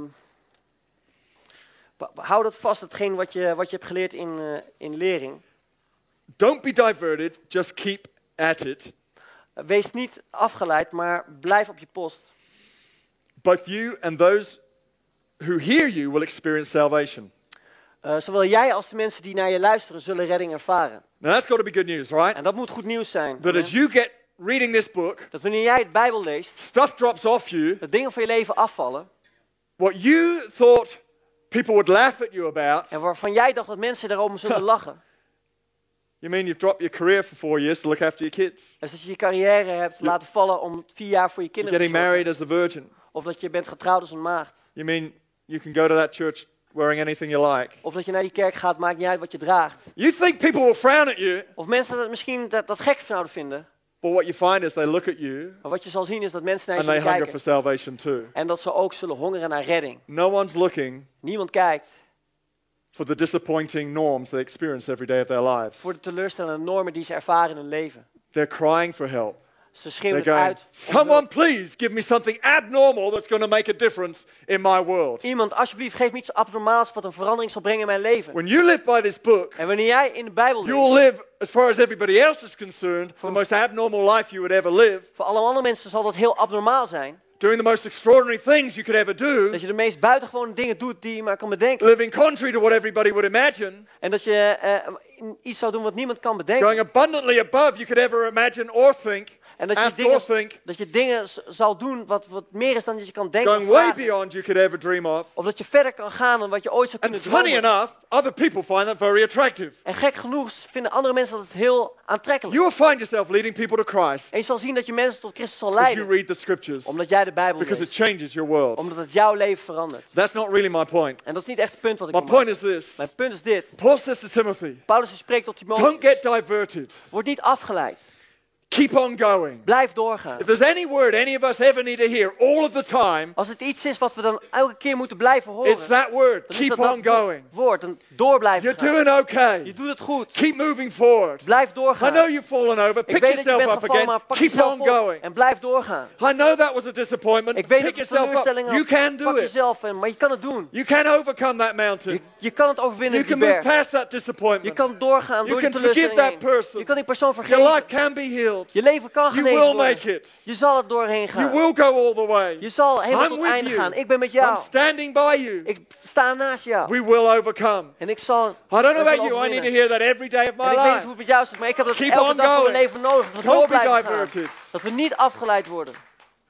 B: be- hou dat vast, hetgeen wat je, wat je hebt geleerd in, eh, in lering.
A: Don't be diverted, just keep at it.
B: Eh, Wees niet afgeleid, maar blijf op je post.
A: Both you and those who hear you will experience salvation.
B: Eh, zowel jij als de mensen die naar je luisteren zullen redding ervaren.
A: Now that's got to be good news, right?
B: En dat moet goed nieuws zijn.
A: That as you get reading this book,
B: Dat wanneer jij het Bijbel leest,
A: stuff drops off you.
B: dat dingen van je leven afvallen.
A: What you thought people would laugh at you about,
B: En waarvan jij dacht dat mensen daarom zullen lachen.
A: you mean you've dropped your career for four years to look after your kids?
B: Dus dat je je carrière hebt laten vallen om vier jaar voor je
A: You're
B: kinderen te
A: getting
B: zorgen.
A: married as a virgin.
B: Of dat je bent getrouwd als een maagd.
A: You mean you can go to that church wearing anything you like?
B: Of dat je naar die kerk gaat, maakt niet uit wat je draagt.
A: You think people will frown at you,
B: Of mensen dat misschien dat, dat gek zouden vinden.
A: but what you find is they look at you
B: Maar wat je zal zien is dat mensen naar je
A: and they
B: zullen
A: hunger for
B: kijken.
A: salvation too.
B: En dat ze ook zullen hongeren naar redding.
A: No one's looking
B: Niemand kijkt
A: for the disappointing norms they experience every day of their lives.
B: voor de teleurstellende normen die ze ervaren in hun leven.
A: They're crying for help.
B: Ze
A: They're
B: schreeuwen het
A: going,
B: uit. om
A: Someone,
B: hulp.
A: please give me something abnormal that's going to make a difference in my world.
B: Iemand, alsjeblieft, geef me iets abnormaals wat een verandering zal brengen in mijn leven.
A: When you live by this book,
B: En wanneer jij in de Bijbel
A: you will
B: leest,
A: live, as far as everybody else is concerned, the most abnormal life you would ever live,
B: voor alle andere mensen zal dat heel abnormaal zijn.
A: doing the most extraordinary things you could ever do,
B: Dat je de meest buitengewone dingen doet die je maar kan bedenken.
A: living contrary to what everybody would imagine,
B: En dat je eh, iets zou doen wat niemand kan bedenken.
A: going abundantly above you could ever imagine or think,
B: En dat je,
A: ask or
B: dingen,
A: think,
B: dat je dingen z- zal doen wat, wat meer is dan dat je kan denken.
A: going
B: of
A: way
B: vragen.
A: beyond you could ever dream of.
B: Of dat je verder kan gaan dan wat je ooit zou
A: And
B: kunnen
A: funny
B: dromen.
A: enough, other people find that very attractive.
B: En gek genoeg vinden andere mensen dat heel aantrekkelijk.
A: You will find yourself leading people to Christ
B: en je zal zien dat je mensen tot Christus zal
A: as you
B: leiden.
A: read the scriptures
B: Omdat jij de Bijbel
A: because it
B: leest.
A: changes your world.
B: Omdat het jouw leven verandert.
A: That's not really my point.
B: En dat is niet echt het punt wat ik
A: My
B: wil maken.
A: point is this
B: Mijn punt is dit.
A: Paul says to Timothy,
B: Paulus spreekt tot
A: don't
B: Timotheus.
A: get diverted,
B: Word niet afgeleid.
A: keep on going.
B: Blijf doorgaan.
A: If there's any word any of us ever need to hear all of the time,
B: Als het iets is wat we dan elke keer moeten blijven horen.
A: it's that word.
B: dan is
A: Keep
B: dat dat
A: on going.
B: woord. Dan door
A: You're
B: blijven gaan.
A: doing
B: Je
A: okay.
B: doet het goed.
A: Keep moving forward.
B: Blijf
A: I
B: doorgaan.
A: know you've fallen over.
B: Ik
A: Pick
B: weet dat je
A: yourself
B: bent
A: up
B: gevallen,
A: again.
B: maar pak
A: Keep
B: jezelf
A: on
B: op
A: going.
B: en blijf doorgaan.
A: I know that was a disappointment.
B: Ik weet
A: Pick
B: dat het
A: yourself up.
B: teleurstellingen
A: You can
B: Pak
A: do it.
B: jezelf in, maar je kan het doen.
A: You can overcome that mountain.
B: Je, je kan het overwinnen
A: You
B: op die
A: can move
B: berg.
A: past that
B: Je
A: disappointment.
B: kan doorgaan
A: You
B: door die
A: can forgive
B: teleurstelling
A: that person.
B: heen. Je kan die persoon
A: Your
B: vergeven.
A: life can be healed.
B: Je leven kan
A: You
B: genezen
A: will
B: worden.
A: make it.
B: Je zal het doorheen
A: You
B: gaan.
A: will go all the
B: Je
A: way.
B: zal helemaal
A: I'm
B: tot
A: with
B: het einde
A: you.
B: gaan. Ik ben met
A: I'm
B: jou.
A: standing by you.
B: Ik sta naast jou.
A: We will overcome.
B: En ik zal
A: I don't know
B: het
A: about you. I need
B: overwinnen.
A: to hear that every day of
B: En
A: my
B: ik weet niet hoe
A: life.
B: het met jou zit, maar ik heb dat
A: Keep
B: elke
A: on
B: dag van mijn
A: going.
B: leven nodig. Dat we
A: Don't
B: door
A: be
B: blijven gaan.
A: diverted.
B: Dat we niet afgeleid worden.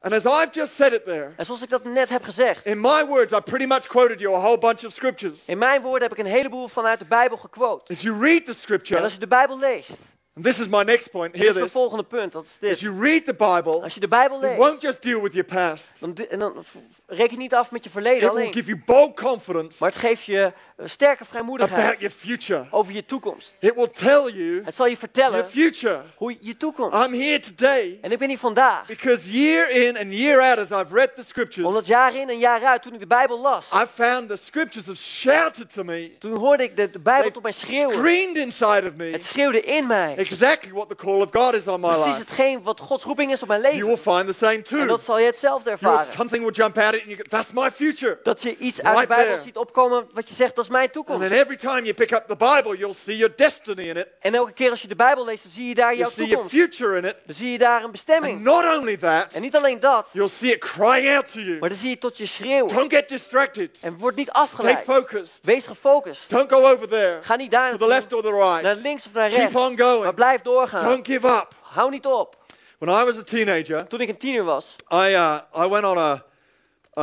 A: And as I've just said it there,
B: En zoals ik dat net heb gezegd.
A: in my words, I pretty much quoted you a whole bunch of scriptures.
B: In mijn woorden heb ik een heleboel vanuit de Bijbel gequote.
A: As you read the
B: En
A: scripture,
B: als je de Bijbel leest,
A: and this is my next point,
B: dit
A: hear
B: is mijn
A: this.
B: volgende punt, dat is
A: As
B: dit.
A: you read the Bible,
B: Als je de Bijbel
A: it won't
B: leest,
A: just deal with your past.
B: dan, di- en dan v- reken niet af met je verleden
A: It will
B: alleen.
A: give you bold confidence
B: Maar het geeft je eh, sterke
A: about
B: vrijmoedigheid
A: your future.
B: over je toekomst.
A: It will tell you
B: Het zal je
A: your
B: vertellen
A: future.
B: hoe je toekomst.
A: I'm here today
B: En ik ben hier vandaag,
A: because year in and year out, as I've read the
B: omdat
A: scriptures,
B: jaar in en jaar uit, toen ik de Bijbel las,
A: I found the scriptures have shouted to me.
B: toen hoorde ik de, de Bijbel
A: They've
B: tot mij schreeuwen.
A: screamed inside of me
B: Het schreeuwde in mij.
A: exactly what the call of God is on my
B: Precies
A: life.
B: hetgeen wat Gods roeping is op mijn
A: Ah, You
B: leven.
A: will find the same
B: En
A: too.
B: dat zal je hetzelfde
A: You'll-
B: ervaren.
A: something will jump out at you and you go, that's my future.
B: Dat je iets uit de
A: Right
B: Bijbel
A: there.
B: ziet opkomen wat je zegt, dat is mijn
A: And
B: toekomst.
A: then every time you pick up the Bible, you'll see your destiny in it.
B: En elke keer als je de Bijbel leest, dan zie je daar jouw
A: You'll see your
B: toekomst.
A: future in it.
B: Dan zie je daar een
A: And
B: bestemming.
A: not only that,
B: En niet alleen dat,
A: you'll see it crying out to you.
B: maar dan zie je tot je schreeuwen.
A: Don't get distracted.
B: En word niet
A: Stay
B: afgeleid.
A: focused.
B: Wees gefocust.
A: Don't go over there.
B: Ga niet daar
A: To the left or the
B: naar
A: right.
B: links of naar
A: Keep
B: rechts.
A: on going.
B: Maar blijf doorgaan.
A: Don't give up.
B: Hou niet op.
A: When I was a teenager,
B: Toen ik een tiener was,
A: I, uh, I went on a, uh,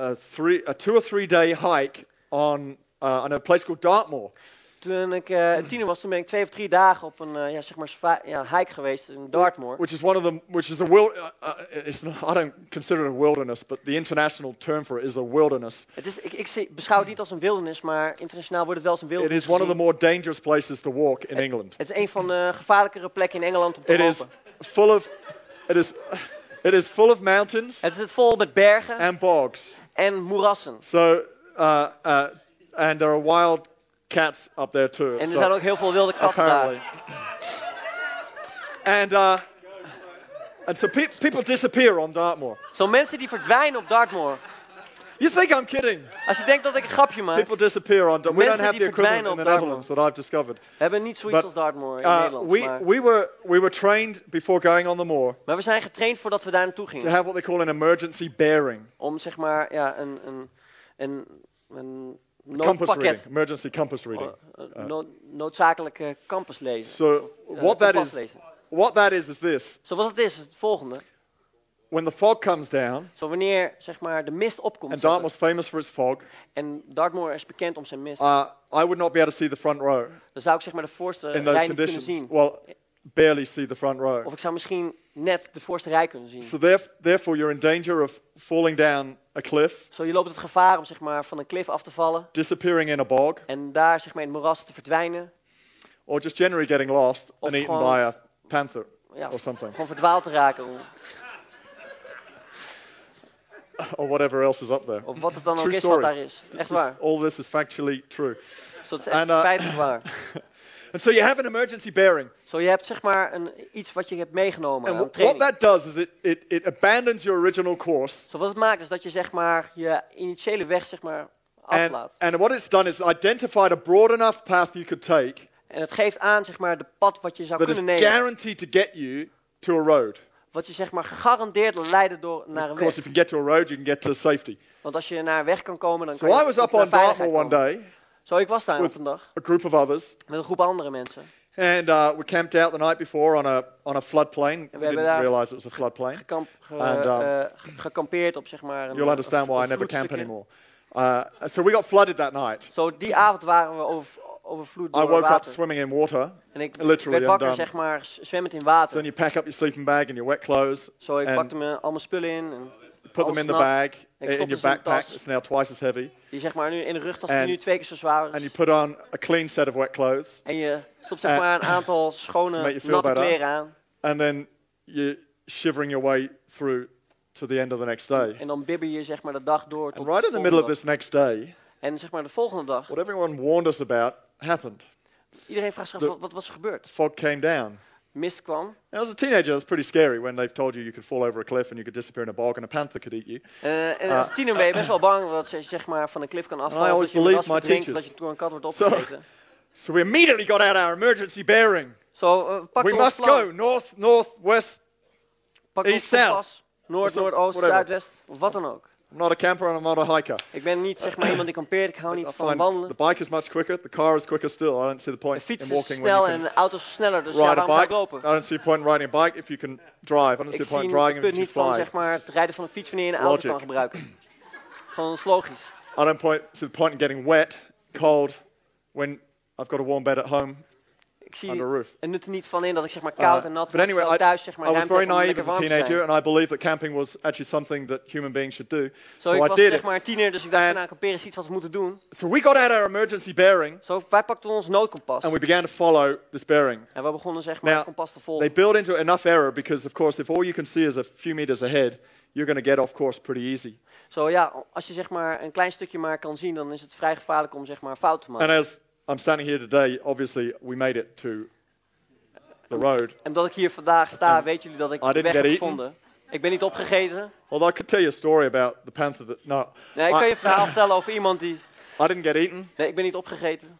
A: a, three, a two or three day hike on, uh, on a place called Dartmoor.
B: toen ik eh, een tiener was, toen ben ik twee of drie dagen op een eh, ja, zeg maar, sava- ja, een hike geweest in Dartmoor.
A: which is one of them, which is a wild. Uh, uh, it's not, I don't consider it a wilderness, but the international term for it is a wilderness.
B: Het is, ik, ik zie- beschouw het niet als een wildernis, maar internationaal wordt het wel als een
A: It
B: wildernis
A: is one of the
B: gezien.
A: more dangerous places to walk in England.
B: Het is een van de gevaarlijkere plekken in Engeland om te
A: It is
B: lopen.
A: full of, it is, it is full of mountains
B: Het zit vol met bergen
A: and bogs.
B: en moerassen.
A: So, uh, uh, and there are wild cats up there too.
B: En er
A: so
B: zijn ook heel veel wilde katten
A: apparently.
B: daar.
A: and uh, and so pe- people disappear on Dartmoor.
B: Zo mensen die verdwijnen op Dartmoor.
A: You think I'm kidding?
B: Als je denkt dat ik een grapje maak,
A: People disappear on. We
B: Mensen
A: don't have
B: die
A: the equivalent
B: verdwijnen
A: in the
B: op Dartmouth.
A: Netherlands that I've discovered.
B: we hebben niet zoiets
A: But,
B: als Dartmoor in
A: Uh,
B: Nederland.
A: we,
B: maar,
A: we, were, we were trained before going on the moor
B: maar we zijn getraind voordat we daar naartoe
A: to
B: gingen.
A: have what they call an emergency bearing.
B: Om zeg maar ja, een, een, een, een
A: compass reading,
B: noodpakket,
A: emergency compass reading.
B: eh, eh, nood- noodzakelijke campus lezen.
A: So
B: eh,
A: what that
B: kompas
A: is,
B: lezen.
A: what that is, is this:
B: Zo wat het is, is het volgende.
A: when the fog comes down,
B: Zo wanneer zeg maar, de mist opkomt
A: and
B: zeg maar,
A: Dartmoor's famous for its fog,
B: en Dartmoor is bekend om zijn mist,
A: uh, I would not be able to see the front row
B: dan zou ik zeg maar, de voorste
A: in those
B: rij niet kunnen
A: conditions.
B: zien.
A: Well, barely see the front row.
B: Of ik zou misschien net de voorste rij kunnen zien.
A: So theref- therefore, you're in danger of falling down a cliff,
B: Zo, je loopt het gevaar om zeg maar, van een klif af te vallen
A: disappearing in a bog,
B: en daar zeg maar, in het moeras te verdwijnen.
A: or just generally getting lost
B: Of
A: and eaten
B: gewoon-
A: by a panther
B: Ja,
A: or something,
B: Gewoon verdwaald te raken
A: or whatever else is up there.
B: of wat het dan ook
A: True
B: is
A: story.
B: wat daar is. Echt waar.
A: All this is factually true.
B: Dus dat is
A: En,
B: echt
A: eh,
B: feitelijk waar.
A: And so you have an emergency bearing.
B: Zo, je hebt zeg maar een, iets wat je hebt
A: And
B: meegenomen aan
A: wh- what
B: training.
A: that does is it, it, it abandons your original course.
B: Zo, wat het maakt is dat je zeg maar, je initiële weg zeg maar,
A: And,
B: aflaat.
A: and what it's done is identified a broad enough path you could take
B: En het geeft aan zeg maar, de pad wat je zou
A: that is
B: kunnen nemen.
A: guaranteed to get you to a road.
B: Wat je zeg maar, gegarandeerd wil leiden door, naar
A: Of
B: een
A: course,
B: weg.
A: if you get to a road, you can get to safety.
B: Want als je naar een weg kan komen, dan
A: So
B: kan je
A: I was
B: ook
A: up
B: naar
A: on
B: veiligheid
A: Dartmoor one
B: komen.
A: day,
B: Zo, ik was daar
A: with-
B: op een dag
A: a group of others,
B: met een groep andere mensen.
A: and uh, we camped out the night before on a, on a floodplain. We
B: hebben
A: didn't
B: daar-
A: realize it was a floodplain.
B: Gekamp, ge-
A: And, um,
B: eh, ge- gekampeerd op zeg maar een
A: You'll understand
B: een-
A: why I
B: een
A: never camp
B: vloedstukje.
A: anymore. Uh, so we got flooded that night.
B: Zo, die avond waren we over, overvloed
A: I
B: door
A: woke up
B: water.
A: swimming in water.
B: en ik
A: literally
B: werd wakker,
A: and, um,
B: zeg maar, s- zwemmend in
A: So then
B: water.
A: you pack up your sleeping bag and your wet clothes.
B: Zo, ik
A: and
B: pakte me al mijn spullen in. En
A: put
B: alles
A: them in the
B: nat,
A: bag
B: Ik
A: in
B: stop
A: your
B: ze in de
A: backpack.
B: tas.
A: It's now twice as heavy,
B: Die zeg maar nu in de rugtas
A: En-
B: die nu twee keer zo zwaar
A: and you
B: is.
A: put on a clean set of wet clothes,
B: En je stopt zeg
A: Eh,
B: maar een aantal
A: to make you
B: schone,
A: feel
B: natte
A: better.
B: kleren aan.
A: and then you're shivering your way through to the end of the next
B: En
A: day.
B: dan bibber je zeg maar de dag door tot
A: And right
B: de
A: in the middle of
B: volgende
A: this next day,
B: dag. En zeg maar de volgende dag,
A: what everyone warned us about happened.
B: iedereen vraagt zich af,
A: De-
B: wat, wat was er gebeurd?
A: Fog came down.
B: Mist kwam.
A: Now, as a teenager, that's pretty scary when they've told you you could fall over a cliff and you could disappear in a bog and a panther could eat you.
B: Eh, en als tiener ben je best wel bang dat ze zeg maar, van een klif kan afvallen. Of
A: Ah. always
B: dat je in de
A: believed
B: ras
A: my
B: verdrinkt, of
A: teachers.
B: dat je door een kat wordt
A: So-
B: opgegeten.
A: So we immediately got out our emergency bearing.
B: Zo, eh, pak
A: We
B: ons
A: must
B: plan.
A: go north, north, west.
B: Pak
A: east,
B: ons
A: south.
B: kompas. Noord,
A: Of zo-
B: noordoost,
A: whatever.
B: zuidwest, of wat dan ook.
A: I'm not a camper and I'm not a hiker.
B: Ik ben niet zeg maar iemand die kampeert, ik hou
A: I
B: niet van
A: find the
B: wandelen.
A: bike is much quicker, the car is quicker still. I don't see the
B: De
A: point
B: fiets
A: in
B: is
A: walking when you can
B: snel en de auto's is sneller, dus ja,
A: ride
B: waarom
A: a
B: zou ik
A: bike.
B: lopen?
A: I don't see a point in riding a bike if you can drive. I don't see
B: Ik
A: a point
B: zie
A: in
B: het
A: driving
B: punt
A: if you
B: niet van
A: fly.
B: zeg maar, het rijden van een fiets wanneer je een auto
A: Logic.
B: kan gebruiken. Van ons logisch.
A: I don't point, see the point in getting wet, cold, when I've got a warm bed at home.
B: Ik zie
A: Under roof.
B: en nut er niet van in dat ik zeg maar koud
A: Uh,
B: en nat
A: but
B: word,
A: anyway,
B: terwijl
A: I,
B: thuis zeg maar
A: I was
B: ruimte
A: very
B: heb om
A: naive
B: lekker
A: as a
B: warm te
A: teenager,
B: zijn.
A: and I believed that camping was actually something that human beings should do.
B: Zo, ik
A: I
B: was
A: did
B: zeg
A: it.
B: maar een tiener, dus ik dacht,
A: En-
B: van, nou, kamperen is iets wat we moeten doen.
A: So we got out our emergency bearing,
B: Zo, wij pakten ons noodkompas.
A: and we began to follow this bearing.
B: En we begonnen zeg maar
A: Now,
B: het kompas te
A: They
B: volgen.
A: build into it enough error because, of course, if all you can see is a few meters ahead, you're going to get off course pretty easy.
B: Zo ja, als je zeg maar een klein stukje maar kan zien, dan is het vrij gevaarlijk om zeg maar fout te maken.
A: And as I'm standing here today, obviously we made it to the road.
B: En omdat ik hier vandaag sta, weten jullie dat ik
A: I didn't
B: de weg
A: get
B: heb
A: eaten.
B: gevonden. Ik ben niet opgegeten.
A: Although I could tell you a story about the panther that no,
B: Nee, ik
A: I,
B: kan je een verhaal vertellen over iemand die...
A: I didn't get eaten,
B: Nee, ik ben niet opgegeten.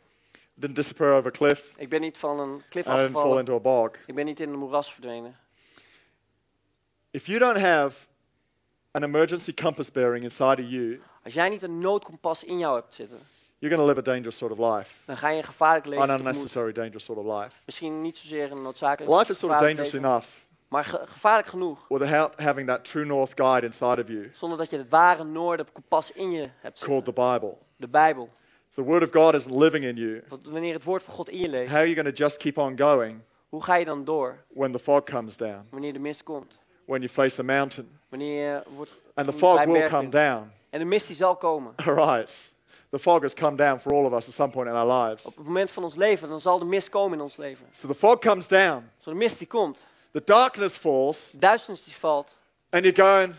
A: didn't disappear over a cliff,
B: Ik ben niet van een klif
A: and I didn't fall
B: afgevallen.
A: into a bog.
B: Ik ben niet in een moeras verdwenen.
A: If you don't have an emergency compass bearing inside of you,
B: Als jij niet een noodkompas in jou hebt zitten,
A: you're going to live a dangerous sort of life,
B: dan ga je een gevaarlijk leven
A: an
B: tegemoet.
A: unnecessary dangerous sort of life.
B: Misschien niet zozeer een noodzakelijk
A: Life is sort of
B: gevaarlijk
A: dangerous
B: leven,
A: enough
B: maar ge- gevaarlijk genoeg.
A: without having that true north guide inside of you,
B: Zonder dat je het ware noorden kompas in je hebt zitten.
A: called the Bible.
B: De Bijbel.
A: If the Word of God isn't living in you,
B: Want wanneer het woord van God in je leeft,
A: how are you going to just keep on going
B: hoe ga je dan door
A: when the fog comes down?
B: wanneer de mist komt?
A: when you face a mountain
B: Wanneer je wordt
A: and the
B: een
A: fog
B: klein
A: will
B: berg
A: come
B: in.
A: down.
B: En de mist die zal komen.
A: All right. The fog has come down for all of us at some point in our lives.
B: Op het moment van ons leven, dan zal de mist komen in ons leven.
A: So the fog comes down,
B: Zo de mist die komt,
A: the darkness falls,
B: de duisternis die valt.
A: and you're going,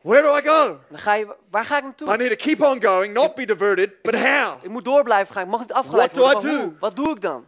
A: Where do I go?
B: Dan ga je, waar ga ik
A: I
B: naartoe?
A: need to keep on going, not be diverted, but how?
B: Ik moet door blijven gaan, ik mag niet afgeleid
A: What do
B: worden.
A: I
B: maar
A: do?
B: hoe? Wat doe ik dan?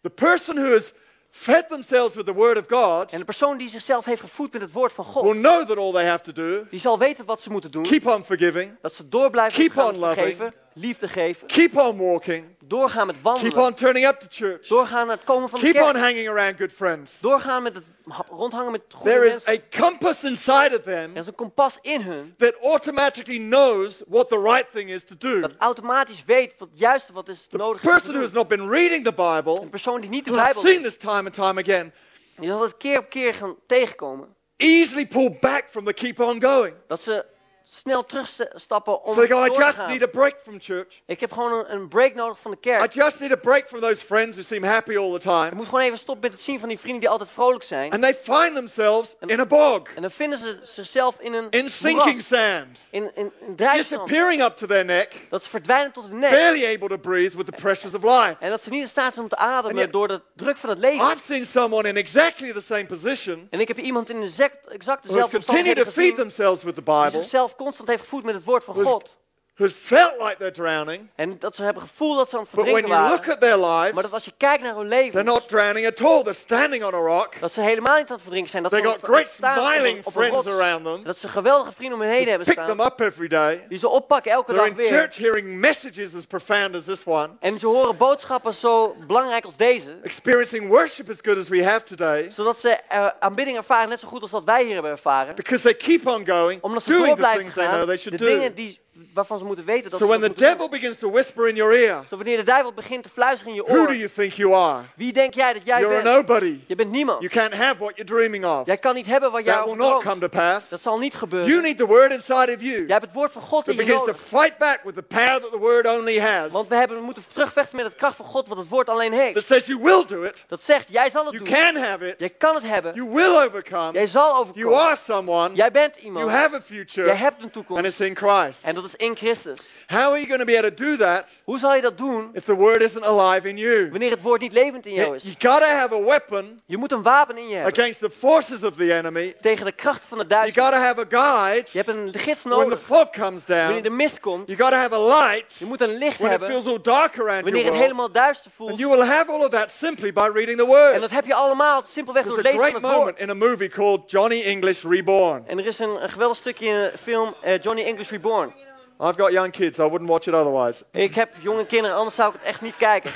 A: The person who is fed themselves with the Word of God
B: En de persoon die zichzelf heeft gevoed met het woord van
A: will
B: God,
A: know that all they have to do,
B: die zal weten wat ze moeten doen.
A: keep on forgiving,
B: Dat ze door blijven
A: Keep
B: gaan
A: on loving.
B: geven, liefde geven,
A: keep on walking,
B: doorgaan met
A: keep
B: wandelen,
A: on turning up to church,
B: doorgaan naar het komen van de
A: keep on
B: kerk,
A: hanging around good friends.
B: doorgaan met het ha- rondhangen met goede
A: There is
B: mensen.
A: a compass inside of
B: Er
A: them
B: is een kompas in hun
A: that automatically knows what the right thing is to do.
B: dat automatisch weet wat juist wat is
A: The
B: nodig is. te
A: person who
B: doen.
A: has not been reading the Bible,
B: Een persoon die niet de
A: who I've
B: Bijbel
A: seen
B: leest,
A: this time and time again,
B: die zal het keer op keer gaan tegenkomen.
A: easily pull back from the keep on going.
B: Dat ze snel terugstappen om
A: So they go, I
B: door te
A: just
B: gaan.
A: need a break from church.
B: Ik heb gewoon een, een break nodig van de kerk.
A: I just need a break from those friends who seem happy all the
B: Ik
A: time.
B: moet gewoon even stoppen met het zien van die vrienden die altijd vrolijk zijn.
A: And they find themselves in a bog,
B: En dan vinden ze zichzelf in een
A: in sinking
B: moeras,
A: sand,
B: in, in, in drijfstand.
A: disappearing up to their neck,
B: Dat ze verdwijnen tot de nek.
A: barely able to breathe with the pressures of life.
B: En dat ze niet in staat zijn om te
A: En
B: ademen
A: je-
B: door de druk van het leven.
A: I've seen someone in exactly the same position
B: En ik heb iemand in exact, exact
A: who has
B: dezelfde
A: continued to
B: omstandigheden gezien...
A: feed
B: die
A: themselves with the Bible,
B: zichzelf constant heeft gevoed met het woord van
A: Dus-
B: God.
A: who's felt like they're drowning,
B: En dat ze hebben het gevoel dat ze aan het
A: but when
B: verdrinken
A: you look
B: waren.
A: at their
B: Maar dat
A: lives,
B: als je kijkt naar hun
A: they're
B: leven,
A: not drowning at all. They're standing on a rock.
B: dat ze helemaal niet aan het verdrinken zijn. Dat
A: They
B: ze
A: got
B: aan het
A: great
B: staan op een-
A: smiling
B: op een
A: friends
B: rots.
A: around them.
B: Dat ze geweldige vrienden om hen heen hebben
A: Pick them
B: staan.
A: up every day.
B: Die ze oppakken elke
A: They're
B: dag
A: in
B: weer.
A: church hearing messages as profound as this one,
B: En ze horen boodschappen zo belangrijk als deze.
A: experiencing worship as good as we have today,
B: Zodat ze eh, aanbidding ervaren net zo goed als wat wij hier hebben ervaren.
A: because they keep on going,
B: Omdat ze
A: doing
B: door
A: the
B: blijven
A: things they know
B: gaan.
A: they
B: De
A: should
B: dingen
A: do.
B: die, waarvan ze moeten weten dat
A: So
B: ze
A: when the
B: dat moeten
A: devil
B: doen.
A: begins to whisper in your ear,
B: Zo wanneer de duivel begint te fluisteren in je
A: who do
B: oor.
A: you think you are?
B: Wie denk jij dat jij
A: You're a
B: bent?
A: nobody.
B: Je bent
A: You
B: niemand.
A: can't have what you're dreaming of.
B: Jij kan niet hebben wat jij
A: That will not come
B: overkomt.
A: to pass.
B: Dat zal niet
A: You
B: gebeuren.
A: need the word inside of you
B: Jij hebt het woord van God
A: that
B: in je
A: begins to
B: nodig.
A: fight back with the power that the word only has,
B: Want we, hebben, we moeten terugvechten met het kracht van God wat het woord alleen
A: that
B: heeft.
A: says you will do it,
B: Dat zegt, jij zal het
A: Dus- you
B: doen.
A: can have it,
B: Jij kan het hebben.
A: you will overcome,
B: Jij zal
A: you
B: overkomen.
A: are someone,
B: Jij bent
A: you
B: iemand.
A: have a
B: Jij
A: future,
B: hebt een
A: and
B: toekomst.
A: it's in Christ.
B: En dat is in Christus.
A: How are you going to be able to do that
B: Hoe zal je dat doen
A: if the word isn't alive in you?
B: wanneer het woord niet levend in jou
A: You,
B: is?
A: got to have a weapon
B: Je moet een wapen in je hebben
A: against the forces of the enemy.
B: tegen de krachten van de
A: You got
B: duivel.
A: to have a guide
B: Je hebt een gids
A: when the
B: nodig.
A: fog comes
B: Wanneer de
A: down.
B: mist komt,
A: You got to have a light
B: je moet een licht
A: when it
B: hebben.
A: feels all dark around
B: Wanneer het
A: your world.
B: helemaal duister
A: And
B: voelt.
A: you will have all of that simply by reading the
B: En
A: word.
B: dat heb je allemaal simpelweg door
A: There's
B: het
A: a
B: lezen
A: great
B: van het woord.
A: moment in a movie called Johnny English Reborn.
B: En er is een, een geweldig stukje in de film eh, Johnny English Reborn.
A: I've got young kids, I wouldn't watch it otherwise.
B: Ik heb jonge kinderen, anders zou ik het echt niet kijken.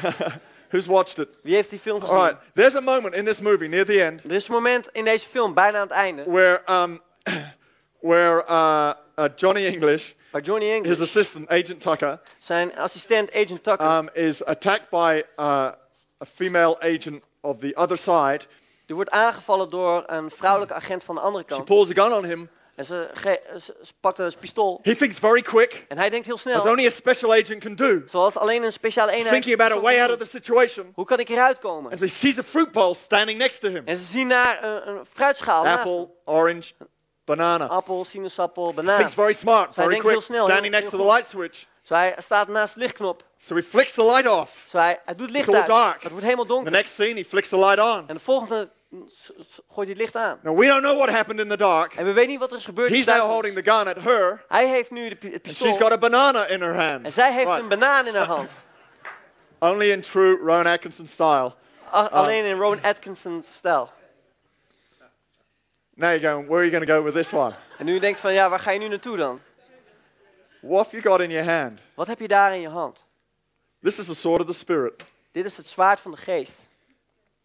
A: Who's watched it?
B: Wie heeft die film
A: All right,
B: gezien?
A: there's a moment in this movie near the end
B: Er is een moment in deze film, bijna aan het einde,
A: where, um, where uh, uh, Johnny English
B: waar Johnny
A: his
B: English,
A: assistant, Agent Tucker,
B: zijn assistent Agent Tucker,
A: um, is attacked by uh, a female agent of the other side.
B: die wordt aangevallen door een vrouwelijke agent van de andere
A: She
B: kant.
A: pulls a gun on him.
B: En ze, ge- ze- ze pakt een pistool.
A: He thinks very quick,
B: En hij denkt heel
A: as
B: snel,
A: only a special agent can do.
B: zoals alleen een speciale
A: He's
B: eenheid...
A: thinking about a way out of the situation
B: Hoe kan ik hieruit komen?
A: as he sees a fruit bowl standing next to him.
B: En ze zien naar een, een fruitschaal naast hem.
A: Apple, orange, banana.
B: Appel, sinaasappel,
A: Thinks
B: banaan.
A: very smart,
B: Zij
A: very
B: denkt heel
A: quick,
B: snel,
A: standing
B: heel-
A: next to
B: heel
A: the
B: goed.
A: light switch.
B: Zo hij staat naast de lichtknop.
A: So he flicks the light off.
B: Zo hij, hij doet licht
A: all
B: uit.
A: dark.
B: Het wordt helemaal
A: The
B: donker.
A: next scene, he flicks the light on.
B: En de volgende mm, s- s- gooit hij het licht aan.
A: Now, we don't know what happened in the dark.
B: En we weten niet wat er is gebeurd. in
A: He's
B: de
A: now
B: duisternis.
A: holding the gun at her,
B: Hij heeft nu de, pi- het
A: and she's got
B: pistool.
A: a banana in her hand.
B: En zij heeft
A: Right.
B: een banaan in haar hand.
A: Only in true Rowan Atkinson style.
B: A- alleen in Rowan Atkinson stijl.
A: Now you're going, where are you going to go with this one?
B: En nu denkt van, ja, waar ga je nu naartoe dan?
A: What have you got in your hand?
B: Wat heb je daar in je hand?
A: This is the sword of the Spirit
B: Dit is het zwaard van de geest.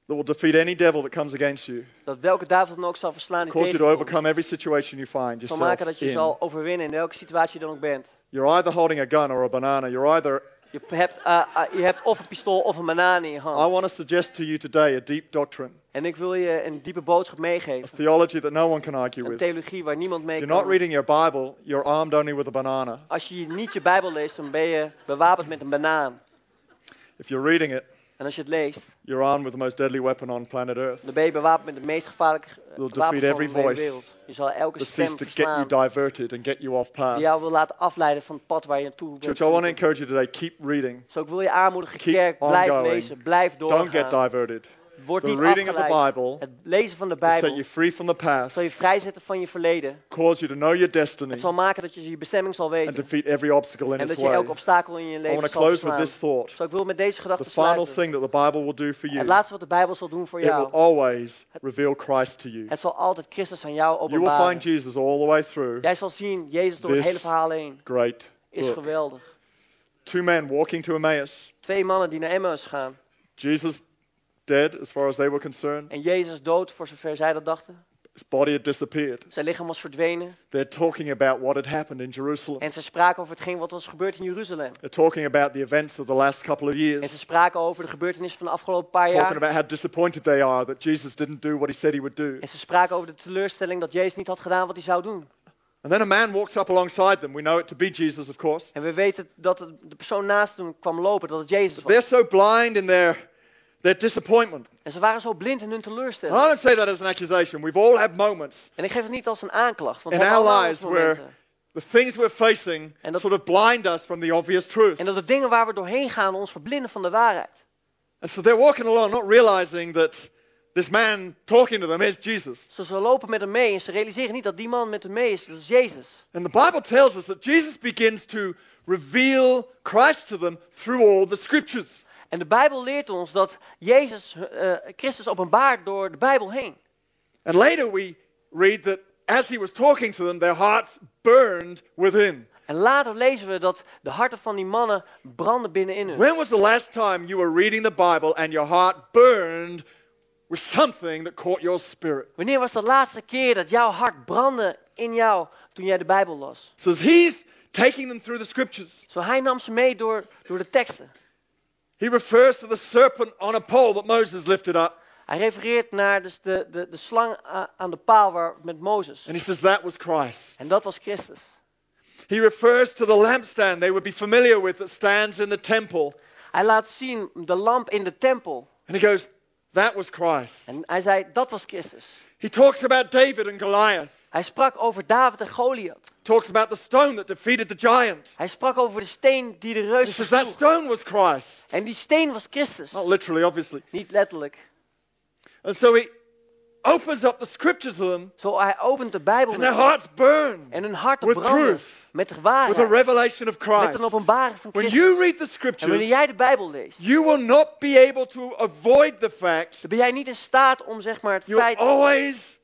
A: that will defeat any devil that comes against you,
B: Dat welke duivel dan ook zal verslaan die
A: cause you to
B: tegenkomt.
A: overcome every situation you find
B: Zal
A: yourself
B: maken dat je
A: in.
B: zal overwinnen in welke situatie je dan ook bent.
A: You're either holding a gun or a banana. You're either.
B: Je hebt, eh, eh, je hebt of een pistool of een banaan in je
A: I
B: hand.
A: want to suggest to you today a deep doctrine,
B: En ik wil je een diepe boodschap meegeven.
A: theology that no one can argue
B: Een
A: with. If
B: theologie waar niemand mee
A: you're not
B: kan.
A: reading your Bible, you're armed only with a banana.
B: Als je niet je Bijbel leest, dan ben je bewapend met een banaan.
A: If you're reading it,
B: En als je het leest,
A: you're armed with the most deadly weapon on planet Earth
B: dan ben je bewapend met de meest gevaarlijke eh,
A: Will defeat
B: wapen van
A: every
B: de hele
A: voice
B: wereld. Je zal elke
A: that seeks
B: stem
A: to get you
B: verslaan
A: diverted and get you off
B: die
A: path.
B: jou wil laten afleiden van het pad waar je naartoe bent.
A: Church, I want to encourage you today keep reading.
B: Zo ik wil je aanmoedigen,
A: Keep
B: kerk,
A: on
B: blijf
A: going.
B: lezen, blijf
A: Don't get
B: doorgaan.
A: diverted.
B: Word
A: The
B: niet
A: reading of the
B: afgeleid.
A: Bible
B: Het lezen van de
A: will set
B: Bijbel
A: you free from the past,
B: zal je vrijzetten van je verleden.
A: cause you to know your destiny,
B: Het zal maken dat je je bestemming zal
A: and
B: weten.
A: defeat every obstacle in
B: En
A: its
B: dat je
A: way.
B: elk obstakel in je
A: I want
B: leven
A: to
B: zal
A: close with
B: verslaan.
A: this thought.
B: Zo, ik wil met deze
A: The
B: gedachte
A: final
B: sluiten.
A: thing that the Bible will do for you,
B: Het
A: it
B: laatste wat de Bijbel zal doen voor
A: will
B: jou.
A: always reveal Christ to you.
B: Het zal altijd Christus aan jou
A: You will find
B: openbaren.
A: Jesus all the way through.
B: Jij zal zien, Jezus door het
A: This
B: hele verhaal heen
A: Great.
B: is
A: book.
B: geweldig.
A: Two men walking to Emmaus.
B: Twee mannen die naar Emmaus gaan.
A: Jesus dead, as far as they were concerned.
B: En Jezus dood, voor zover zij dat dachten.
A: His body had disappeared.
B: Zijn lichaam was verdwenen.
A: They're talking about what had happened in Jerusalem.
B: En ze spraken over hetgeen wat was gebeurd in Jeruzalem.
A: They're talking about the events of the last couple of
B: En
A: years.
B: ze spraken over de gebeurtenissen van de afgelopen paar
A: Talking
B: jaar.
A: about how disappointed they are that Jesus didn't do what he said he would do.
B: En ze spraken over de teleurstelling dat Jezus niet had gedaan wat hij zou doen.
A: And then a man walks up alongside them. We know it to be Jesus, of course.
B: En we weten dat het- de persoon naast hem kwam lopen, dat het Jezus was.
A: They're so blind in their, their disappointment.
B: En ze waren zo blind in hun
A: And I
B: teleurstelling.
A: don't say that as an accusation. We've all had moments
B: En ik geef het niet als een aanklacht, want
A: in
B: we hebben
A: our
B: allemaal
A: lives
B: onze
A: where
B: momenten.
A: the things we're facing
B: En dat-
A: sort of blind us from the obvious truth.
B: En dat de dingen waar we doorheen gaan ons verblinden van de waarheid.
A: And so they're walking along not realizing that this man talking to them is Jesus.
B: Dus ze lopen met hem mee en ze realiseren niet dat die man met hem mee is, dat is Jezus.
A: And the Bible tells us that Jesus begins to reveal Christ to them through all the scriptures.
B: En de Bijbel leert ons dat Jezus, eh, Christus openbaart door de Bijbel heen.
A: And later we read that as he was talking to them, their hearts burned within.
B: En later lezen we dat de harten van die mannen branden binnenin hun.
A: When was the last time you were reading the Bible and your heart burned with something that caught your spirit?
B: Wanneer was de laatste keer dat jouw hart brandde in jou toen jij de Bijbel las?
A: So as he's taking them through the scriptures,
B: Zo hij nam ze mee door, door de teksten.
A: he refers to the serpent on a pole that Moses lifted up.
B: Hij refereert naar dus de, de, de slang a- aan de paal waar, met Mozes.
A: And he says that was Christ.
B: En dat was Christus.
A: He refers to the lampstand they would be familiar with that stands in the temple.
B: Hij laat zien de lamp in de tempel.
A: And he goes, That was Christ.
B: En hij zei, dat was Christus.
A: He talks about David and Goliath,
B: Hij sprak over David en Goliath.
A: talks about the stone that defeated the giant.
B: Hij sprak over de steen die de
A: He
B: reus
A: says that
B: versloeg.
A: stone was Christ.
B: En die steen was Christus.
A: Not literally, obviously.
B: Niet letterlijk.
A: And so he opens up the scripture to them,
B: Zo hij opent de Bijbel
A: and their
B: met hem.
A: hearts burn
B: en hun harten
A: with
B: branden
A: truth,
B: met de
A: with a
B: waarheid,
A: revelation of
B: met
A: Christ.
B: een openbaring van
A: When you
B: Christus.
A: read the
B: En wanneer
A: scriptures,
B: jij de Bijbel leest,
A: you will not be able to avoid the fact
B: dan ben jij niet in staat om zeg maar, het
A: you'll
B: feit
A: always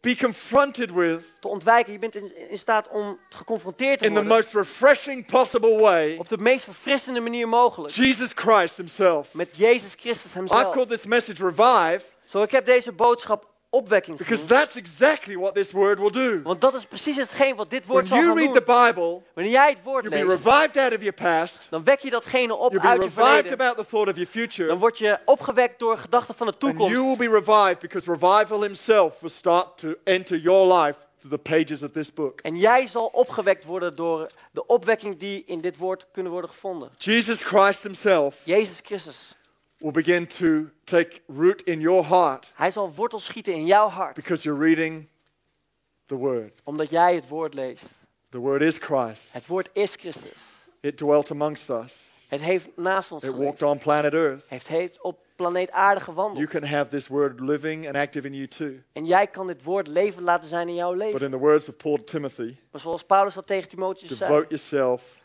A: be confronted with
B: te ontwijken. Je bent in, in staat om geconfronteerd te
A: in the
B: worden
A: most refreshing possible way
B: op de meest verfrissende manier mogelijk
A: Jesus Christ Himself.
B: met Jezus Christus
A: I've
B: hemzelf.
A: called this message Revive
B: Zo, ik heb deze boodschap opwekking
A: because
B: genoemd,
A: that's exactly what this word will do.
B: want dat is precies hetgeen wat dit
A: When
B: woord zal
A: you
B: gaan
A: read the
B: doen.
A: Bible,
B: Wanneer jij het woord
A: you'll be
B: leest,
A: revived out of your past,
B: dan wek je datgene op
A: you'll be
B: uit je
A: revived
B: verleden.
A: about the thought of your
B: Dan
A: future,
B: word je opgewekt door gedachten van de
A: and you
B: toekomst.
A: will be revived because revival Himself will start to enter your life through the pages of this book.
B: En jij zal opgewekt worden door de opwekking die in dit woord kunnen worden gevonden.
A: Jesus Christ Himself
B: Jezus Christus,
A: will begin to take root in your heart
B: hij zal wortels schieten in jouw hart,
A: because you're reading the Word.
B: omdat jij het woord leest.
A: The Word is Christ,
B: Het woord is Christus.
A: it dwelt amongst us.
B: Het heeft naast ons
A: It
B: geleefd.
A: walked on planet Earth.
B: Het heeft op planeet aarde
A: You
B: gewandeld.
A: can have this word living and active in you too.
B: En jij kan dit woord leven laten zijn in jouw
A: But
B: leven.
A: in the words of Paul to Timothy,
B: Maar zoals Paulus dat tegen Timotheus zei,
A: devote yourself to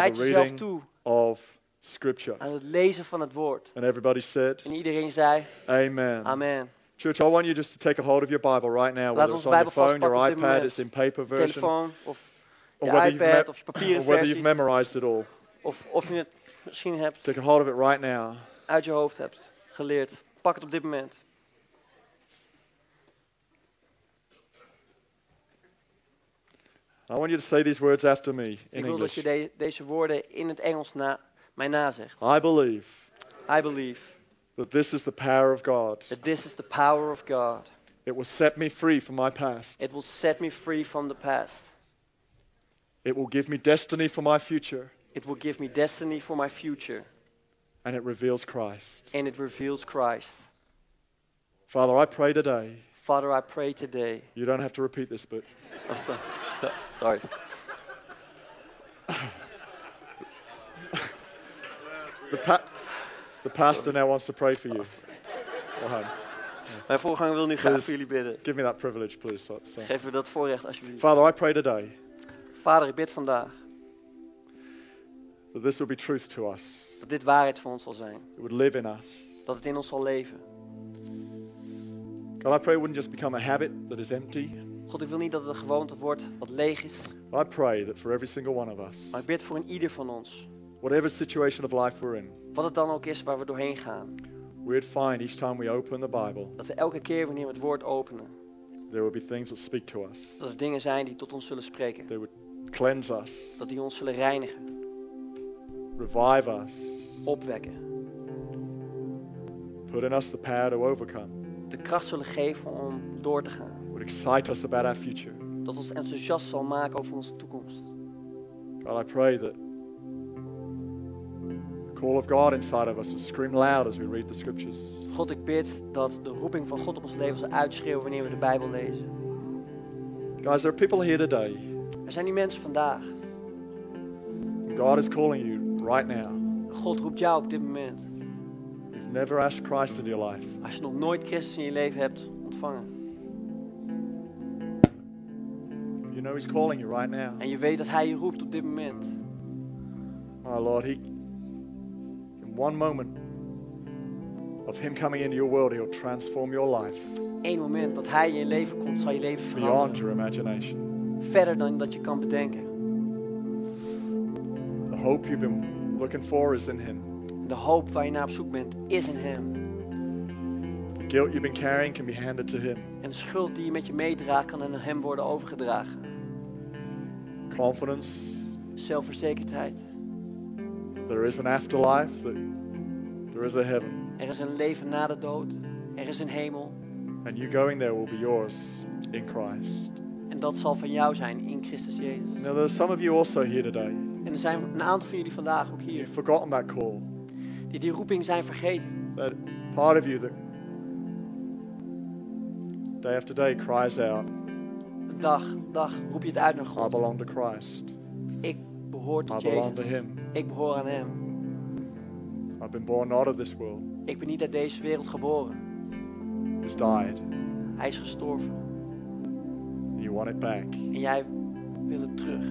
B: wijd
A: the
B: jezelf
A: reading
B: toe
A: of Scripture.
B: aan het lezen van het woord.
A: And everybody said,
B: En iedereen zei,
A: Amen.
B: amen.
A: Church, I want you just to take a hold of your Bible right now,
B: Laat
A: whether
B: ons
A: it's on your
B: Bijbel
A: phone, your
B: vastpakken op dit
A: iPad,
B: moment.
A: it's in paper version, or
B: Telefoon of je
A: whether you've,
B: iPad
A: me-
B: of je papieren
A: or whether you've
B: versie.
A: memorized it all.
B: of, of je het misschien hebt,
A: Take a hold of it right now.
B: uit je hoofd hebt geleerd. Pak het op dit moment.
A: I want you to say these words after me in
B: Ik wil dat
A: English.
B: je de- deze woorden in het Engels na, mij nazegt.
A: I believe
B: I believe
A: that this is the power of God.
B: that this is the power of God.
A: It will set me free from my past.
B: It will set me free from the past.
A: It will give me destiny for my future.
B: It will give me destiny for my future.
A: And it reveals Christ.
B: And it reveals Christ.
A: Father, I pray today.
B: Father, I pray today.
A: You don't have to repeat this, but
B: Oh, so- sorry.
A: the, pa- the pastor now wants to pray for you. Go home.
B: Mijn voorganger wil nu graag
A: Please.
B: voor jullie bidden.
A: Give me that privilege, please. So- so.
B: Geef me dat voorrecht alsjeblieft.
A: Father, I pray today
B: Vader, ik bid vandaag
A: that this will be truth to us.
B: dat dit waarheid voor ons zal zijn.
A: It would live in us.
B: Dat het in ons zal leven.
A: God, I pray it wouldn't just become a habit that is empty.
B: God, ik wil niet dat het een gewoonte wordt wat leeg is.
A: I pray that for every single one of us,
B: Maar ik bid voor een ieder van ons.
A: whatever situation of life we're in,
B: Wat het dan ook is waar we doorheen gaan.
A: we'd find each time we open the Bible,
B: Dat we elke keer wanneer we het woord openen.
A: there will be things that speak to us.
B: Dat er dingen zijn die tot ons zullen spreken.
A: They would cleanse us,
B: Dat die ons zullen reinigen.
A: revive us,
B: Opwekken.
A: put in us the power to overcome,
B: De kracht zullen geven om door te gaan.
A: would excite us about our future.
B: Dat ons enthousiast zal maken over onze toekomst.
A: God, I pray that the call of God inside of us would scream loud as we read the scriptures.
B: God, ik bid dat de roeping van God op ons leven zal uitschreeuwen wanneer we de Bijbel lezen.
A: Guys, there are people here today.
B: Er zijn die mensen vandaag.
A: God is calling you right now.
B: God roept jou op dit moment.
A: You've never asked Christ into your life.
B: Als je nog nooit Christus in je leven hebt ontvangen.
A: You know He's calling you right now.
B: En je weet dat Hij je roept op dit moment.
A: My Lord, He, in one moment of Him coming into your world, He'll transform your life
B: Eén moment dat Hij in je leven komt, zal je leven
A: beyond
B: veranderen.
A: your imagination.
B: Verder dan dat je kan bedenken.
A: The hope you've been looking for is in Him.
B: De hoop waar je naar op zoek bent, is in Hem.
A: The guilt you've been carrying can be handed to Him.
B: En de schuld die je met je meedraagt, kan aan Hem worden overgedragen.
A: Confidence
B: Zelfverzekerdheid.
A: there is an afterlife, that there is a heaven,
B: Er is een leven na de dood. Er is een hemel.
A: and you going there will be yours in Christ.
B: En dat zal van jou zijn in Christus Jezus.
A: Now, there are some of you also here today.
B: En er zijn een aantal van jullie vandaag ook hier
A: You've forgotten that call.
B: die die roeping zijn vergeten.
A: that part of you that day after day cries out,
B: Een dag, een dag roep je het uit naar
A: I
B: God.
A: belong to Christ.
B: Ik behoor
A: I
B: tot
A: belong to
B: Jezus.
A: Him.
B: Ik behoor aan Hem.
A: I've been born not of this world.
B: Ik ben niet uit deze wereld geboren.
A: He's died.
B: Hij is gestorven.
A: And you want it back.
B: En jij wil het terug.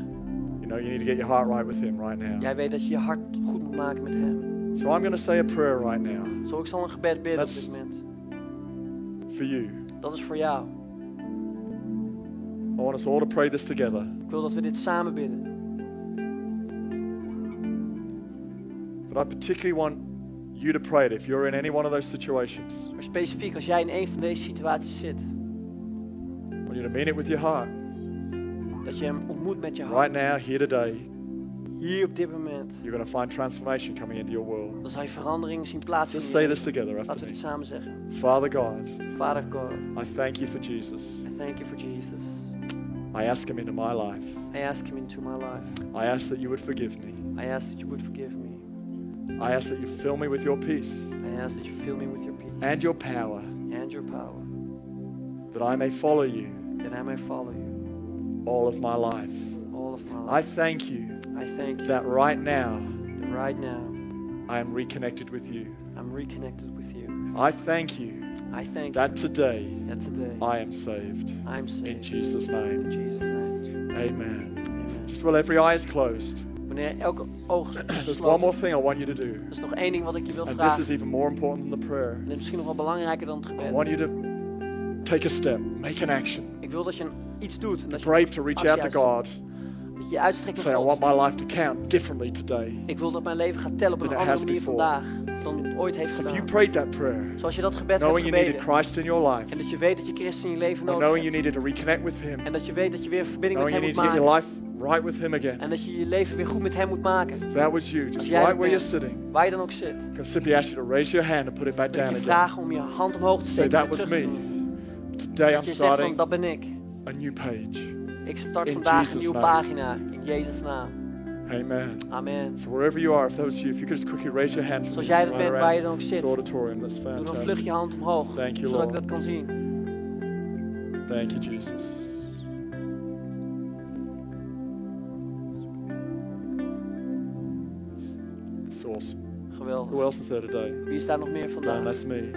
A: You know, you need to get your heart right with Him right now.
B: Jij weet dat je je hart goed moet maken met Hem.
A: So I'm going to say a prayer right now
B: Zo, ik zal een gebed bidden op
A: Let's-
B: dit moment.
A: for you.
B: Dat is voor jou.
A: I want us all to pray this together.
B: Ik wil dat we dit samen bidden.
A: But I particularly want you to pray it if you're in any one of those situations.
B: Maar specifiek als jij in een van deze situaties zit,
A: I want you to mean it with your heart.
B: dat je Hem ontmoet met je
A: Right
B: hart.
A: now, here today,
B: Hier op dit moment.
A: you're going to find transformation coming into your world.
B: Dan zal je verandering zien plaatsvinden.
A: Just say this together after
B: Laten we
A: me.
B: dit samen zeggen.
A: Father God.
B: Father God,
A: I thank you for Jesus.
B: I thank you for Jesus.
A: I ask him into my life.
B: I ask him into my life.
A: I ask that you would forgive me.
B: I ask that you would forgive me.
A: I ask that you fill me with your peace
B: I ask that you fill me with your peace
A: and your power,
B: and your power,
A: that I may follow you
B: that I may follow you
A: all of my life.
B: all of my
A: I
B: life.
A: thank you
B: I, thank you
A: that right now
B: that right now
A: I am reconnected with you.
B: I'm reconnected with you.
A: I thank you
B: I thank
A: that today
B: you that today
A: I am saved.
B: I'm saved.
A: In Jesus'
B: In
A: name,
B: Jesus' name.
A: amen.
B: Amen.
A: Just while every eye is closed,
B: Wanneer elke oog
A: there's one
B: gesloten
A: more thing I want you to do.
B: er is nog één ding wat ik je wil
A: And this
B: vragen.
A: is even more important than the prayer.
B: En dit is misschien nog wel belangrijker dan het
A: I
B: gebed.
A: want you to take a step, make an action.
B: Ik wil dat je een- iets doet. en
A: Be
B: Dat je,
A: brave to reach out to God.
B: dat je je uitstrekt
A: Say,
B: naar
A: I
B: God.
A: want my life to count differently today.
B: Ik wil dat mijn leven gaat tellen op
A: Than
B: een
A: it
B: andere
A: has
B: manier
A: before.
B: vandaag dan het ooit heeft
A: If you
B: gedaan.
A: prayed that prayer,
B: Zoals je dat gebed hebt
A: knowing you needed
B: gebeden.
A: Christ in your life,
B: En dat je weet dat je Christus in je leven
A: or
B: nodig
A: knowing
B: hebt.
A: you needed to reconnect with Him,
B: En dat je weet dat je weer verbinding met
A: knowing you need
B: hem moet
A: to get your
B: maken.
A: life right with Him again.
B: En dat je je leven weer goed met hem moet maken.
A: If that was you,
B: Als
A: just
B: jij
A: right
B: dat
A: where you're
B: bent,
A: sitting.
B: waar je dan ook zit.
A: I can simply ask you to raise your hand and put it back
B: Dat
A: down
B: je
A: again.
B: vraagt om je hand omhoog te
A: Say,
B: steken
A: that
B: en
A: was
B: terug te doen.
A: me. Today I'm
B: Dat je zegt van,
A: starting
B: dat ben ik.
A: a new page.
B: Ik start
A: In
B: vandaag een
A: Jesus'
B: nieuwe
A: name.
B: pagina. In Jezus' naam.
A: Amen.
B: Amen.
A: So wherever you are, if that was you, if you could just quickly raise your hand from
B: Zoals jij
A: right
B: dat bent,
A: around
B: waar je dan ook
A: this
B: zit.
A: auditorium, that's
B: Doe dan vlug
A: fantastic.
B: je hand omhoog.
A: Thank you,
B: Zodat ik
A: Lord.
B: dat kan zien.
A: Thank you, Jesus. It's awesome. Who
B: Geweldig.
A: else is there today?
B: Wie is daar nog meer
A: Glenn,
B: vandaag?
A: that's me.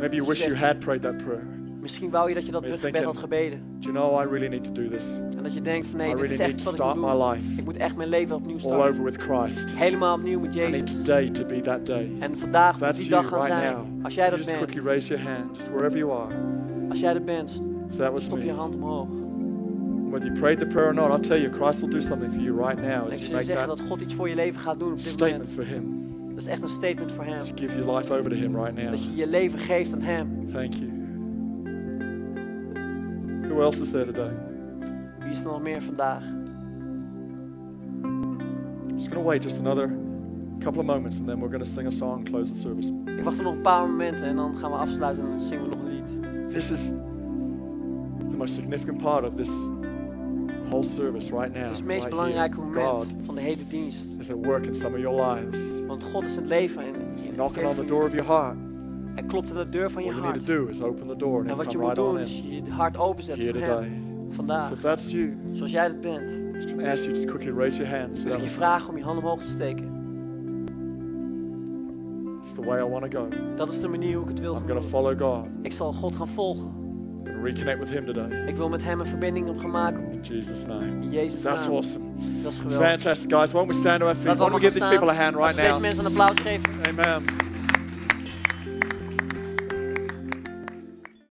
A: Maybe you wish you had prayed that prayer.
B: Misschien wou je dat je dat
A: Ben je
B: gebed had
A: thinking-
B: gebeden.
A: Do you know, I really need to do this.
B: En dat je denkt van nee,
A: I
B: dit
A: really
B: is echt
A: need to
B: wat ik
A: start
B: moet doen.
A: my life.
B: Ik moet echt mijn leven opnieuw
A: All
B: starten.
A: over with Christ.
B: Helemaal opnieuw met
A: I need
B: Jezus.
A: today to be that day.
B: En vandaag moet
A: That's
B: die
A: you
B: dag gaan
A: right
B: zijn.
A: now.
B: Als jij
A: You
B: dat
A: just
B: bent,
A: quickly raise your hand, just wherever you are.
B: als jij dat bent,
A: So that was
B: stop je
A: me.
B: hand omhoog.
A: Whether you prayed the prayer or not, I'll tell you, Christ will do something for you right now
B: En ik
A: as you
B: zou je
A: make
B: zeggen
A: that
B: dat God iets voor je leven gaat doen op dit moment.
A: statement for Him.
B: Dat is echt een statement voor
A: As you
B: Hem.
A: give your life over to Him right now.
B: Dat je je leven geeft aan Hem.
A: Thank you. Who else is there today?
B: Wie is er nog meer vandaag?
A: Just going to wait just another couple of moments and then we're going to sing a song and close the service.
B: Ik wacht er nog een paar momenten en dan gaan we afsluiten en dan zingen we nog een lied.
A: This is the most significant part of this whole service right now.
B: Het is het
A: right
B: meest
A: here.
B: belangrijke moment
A: God
B: van de hele dienst.
A: is at work in some of your lives.
B: Want God is het leven en
A: He's
B: en-
A: knocking on the door of your heart.
B: Hij klopt aan de deur van
A: All
B: je
A: you need to
B: hart.
A: do is open the door and
B: En
A: it'll
B: wat je
A: come
B: moet
A: right
B: doen
A: on
B: is
A: in
B: je hart openzetten
A: here
B: voor Hem.
A: today. So
B: Vandaag,
A: if that's you,
B: zoals jij dat bent.
A: I'm just going to ask you to quickly raise your hand. So
B: Wil ik je
A: that's,
B: vragen om je hand omhoog te steken.
A: that's the way I want to go.
B: Dat is de manier hoe ik het wil
A: I'm
B: gaan
A: going to
B: doen.
A: follow God
B: Ik zal God gaan volgen.
A: and reconnect with Him today.
B: Ik wil met Hem een verbinding op gaan maken.
A: In Jesus' name.
B: In Jezus'
A: That's
B: naam.
A: awesome.
B: Dat is geweldig.
A: Fantastic, guys. Why don't we stand to our feet? Why
B: Laten we
A: don't we
B: allemaal
A: give
B: gaan
A: these
B: staan.
A: people a hand right
B: Laten we
A: now?
B: deze mensen een applaus geven.
A: Amen.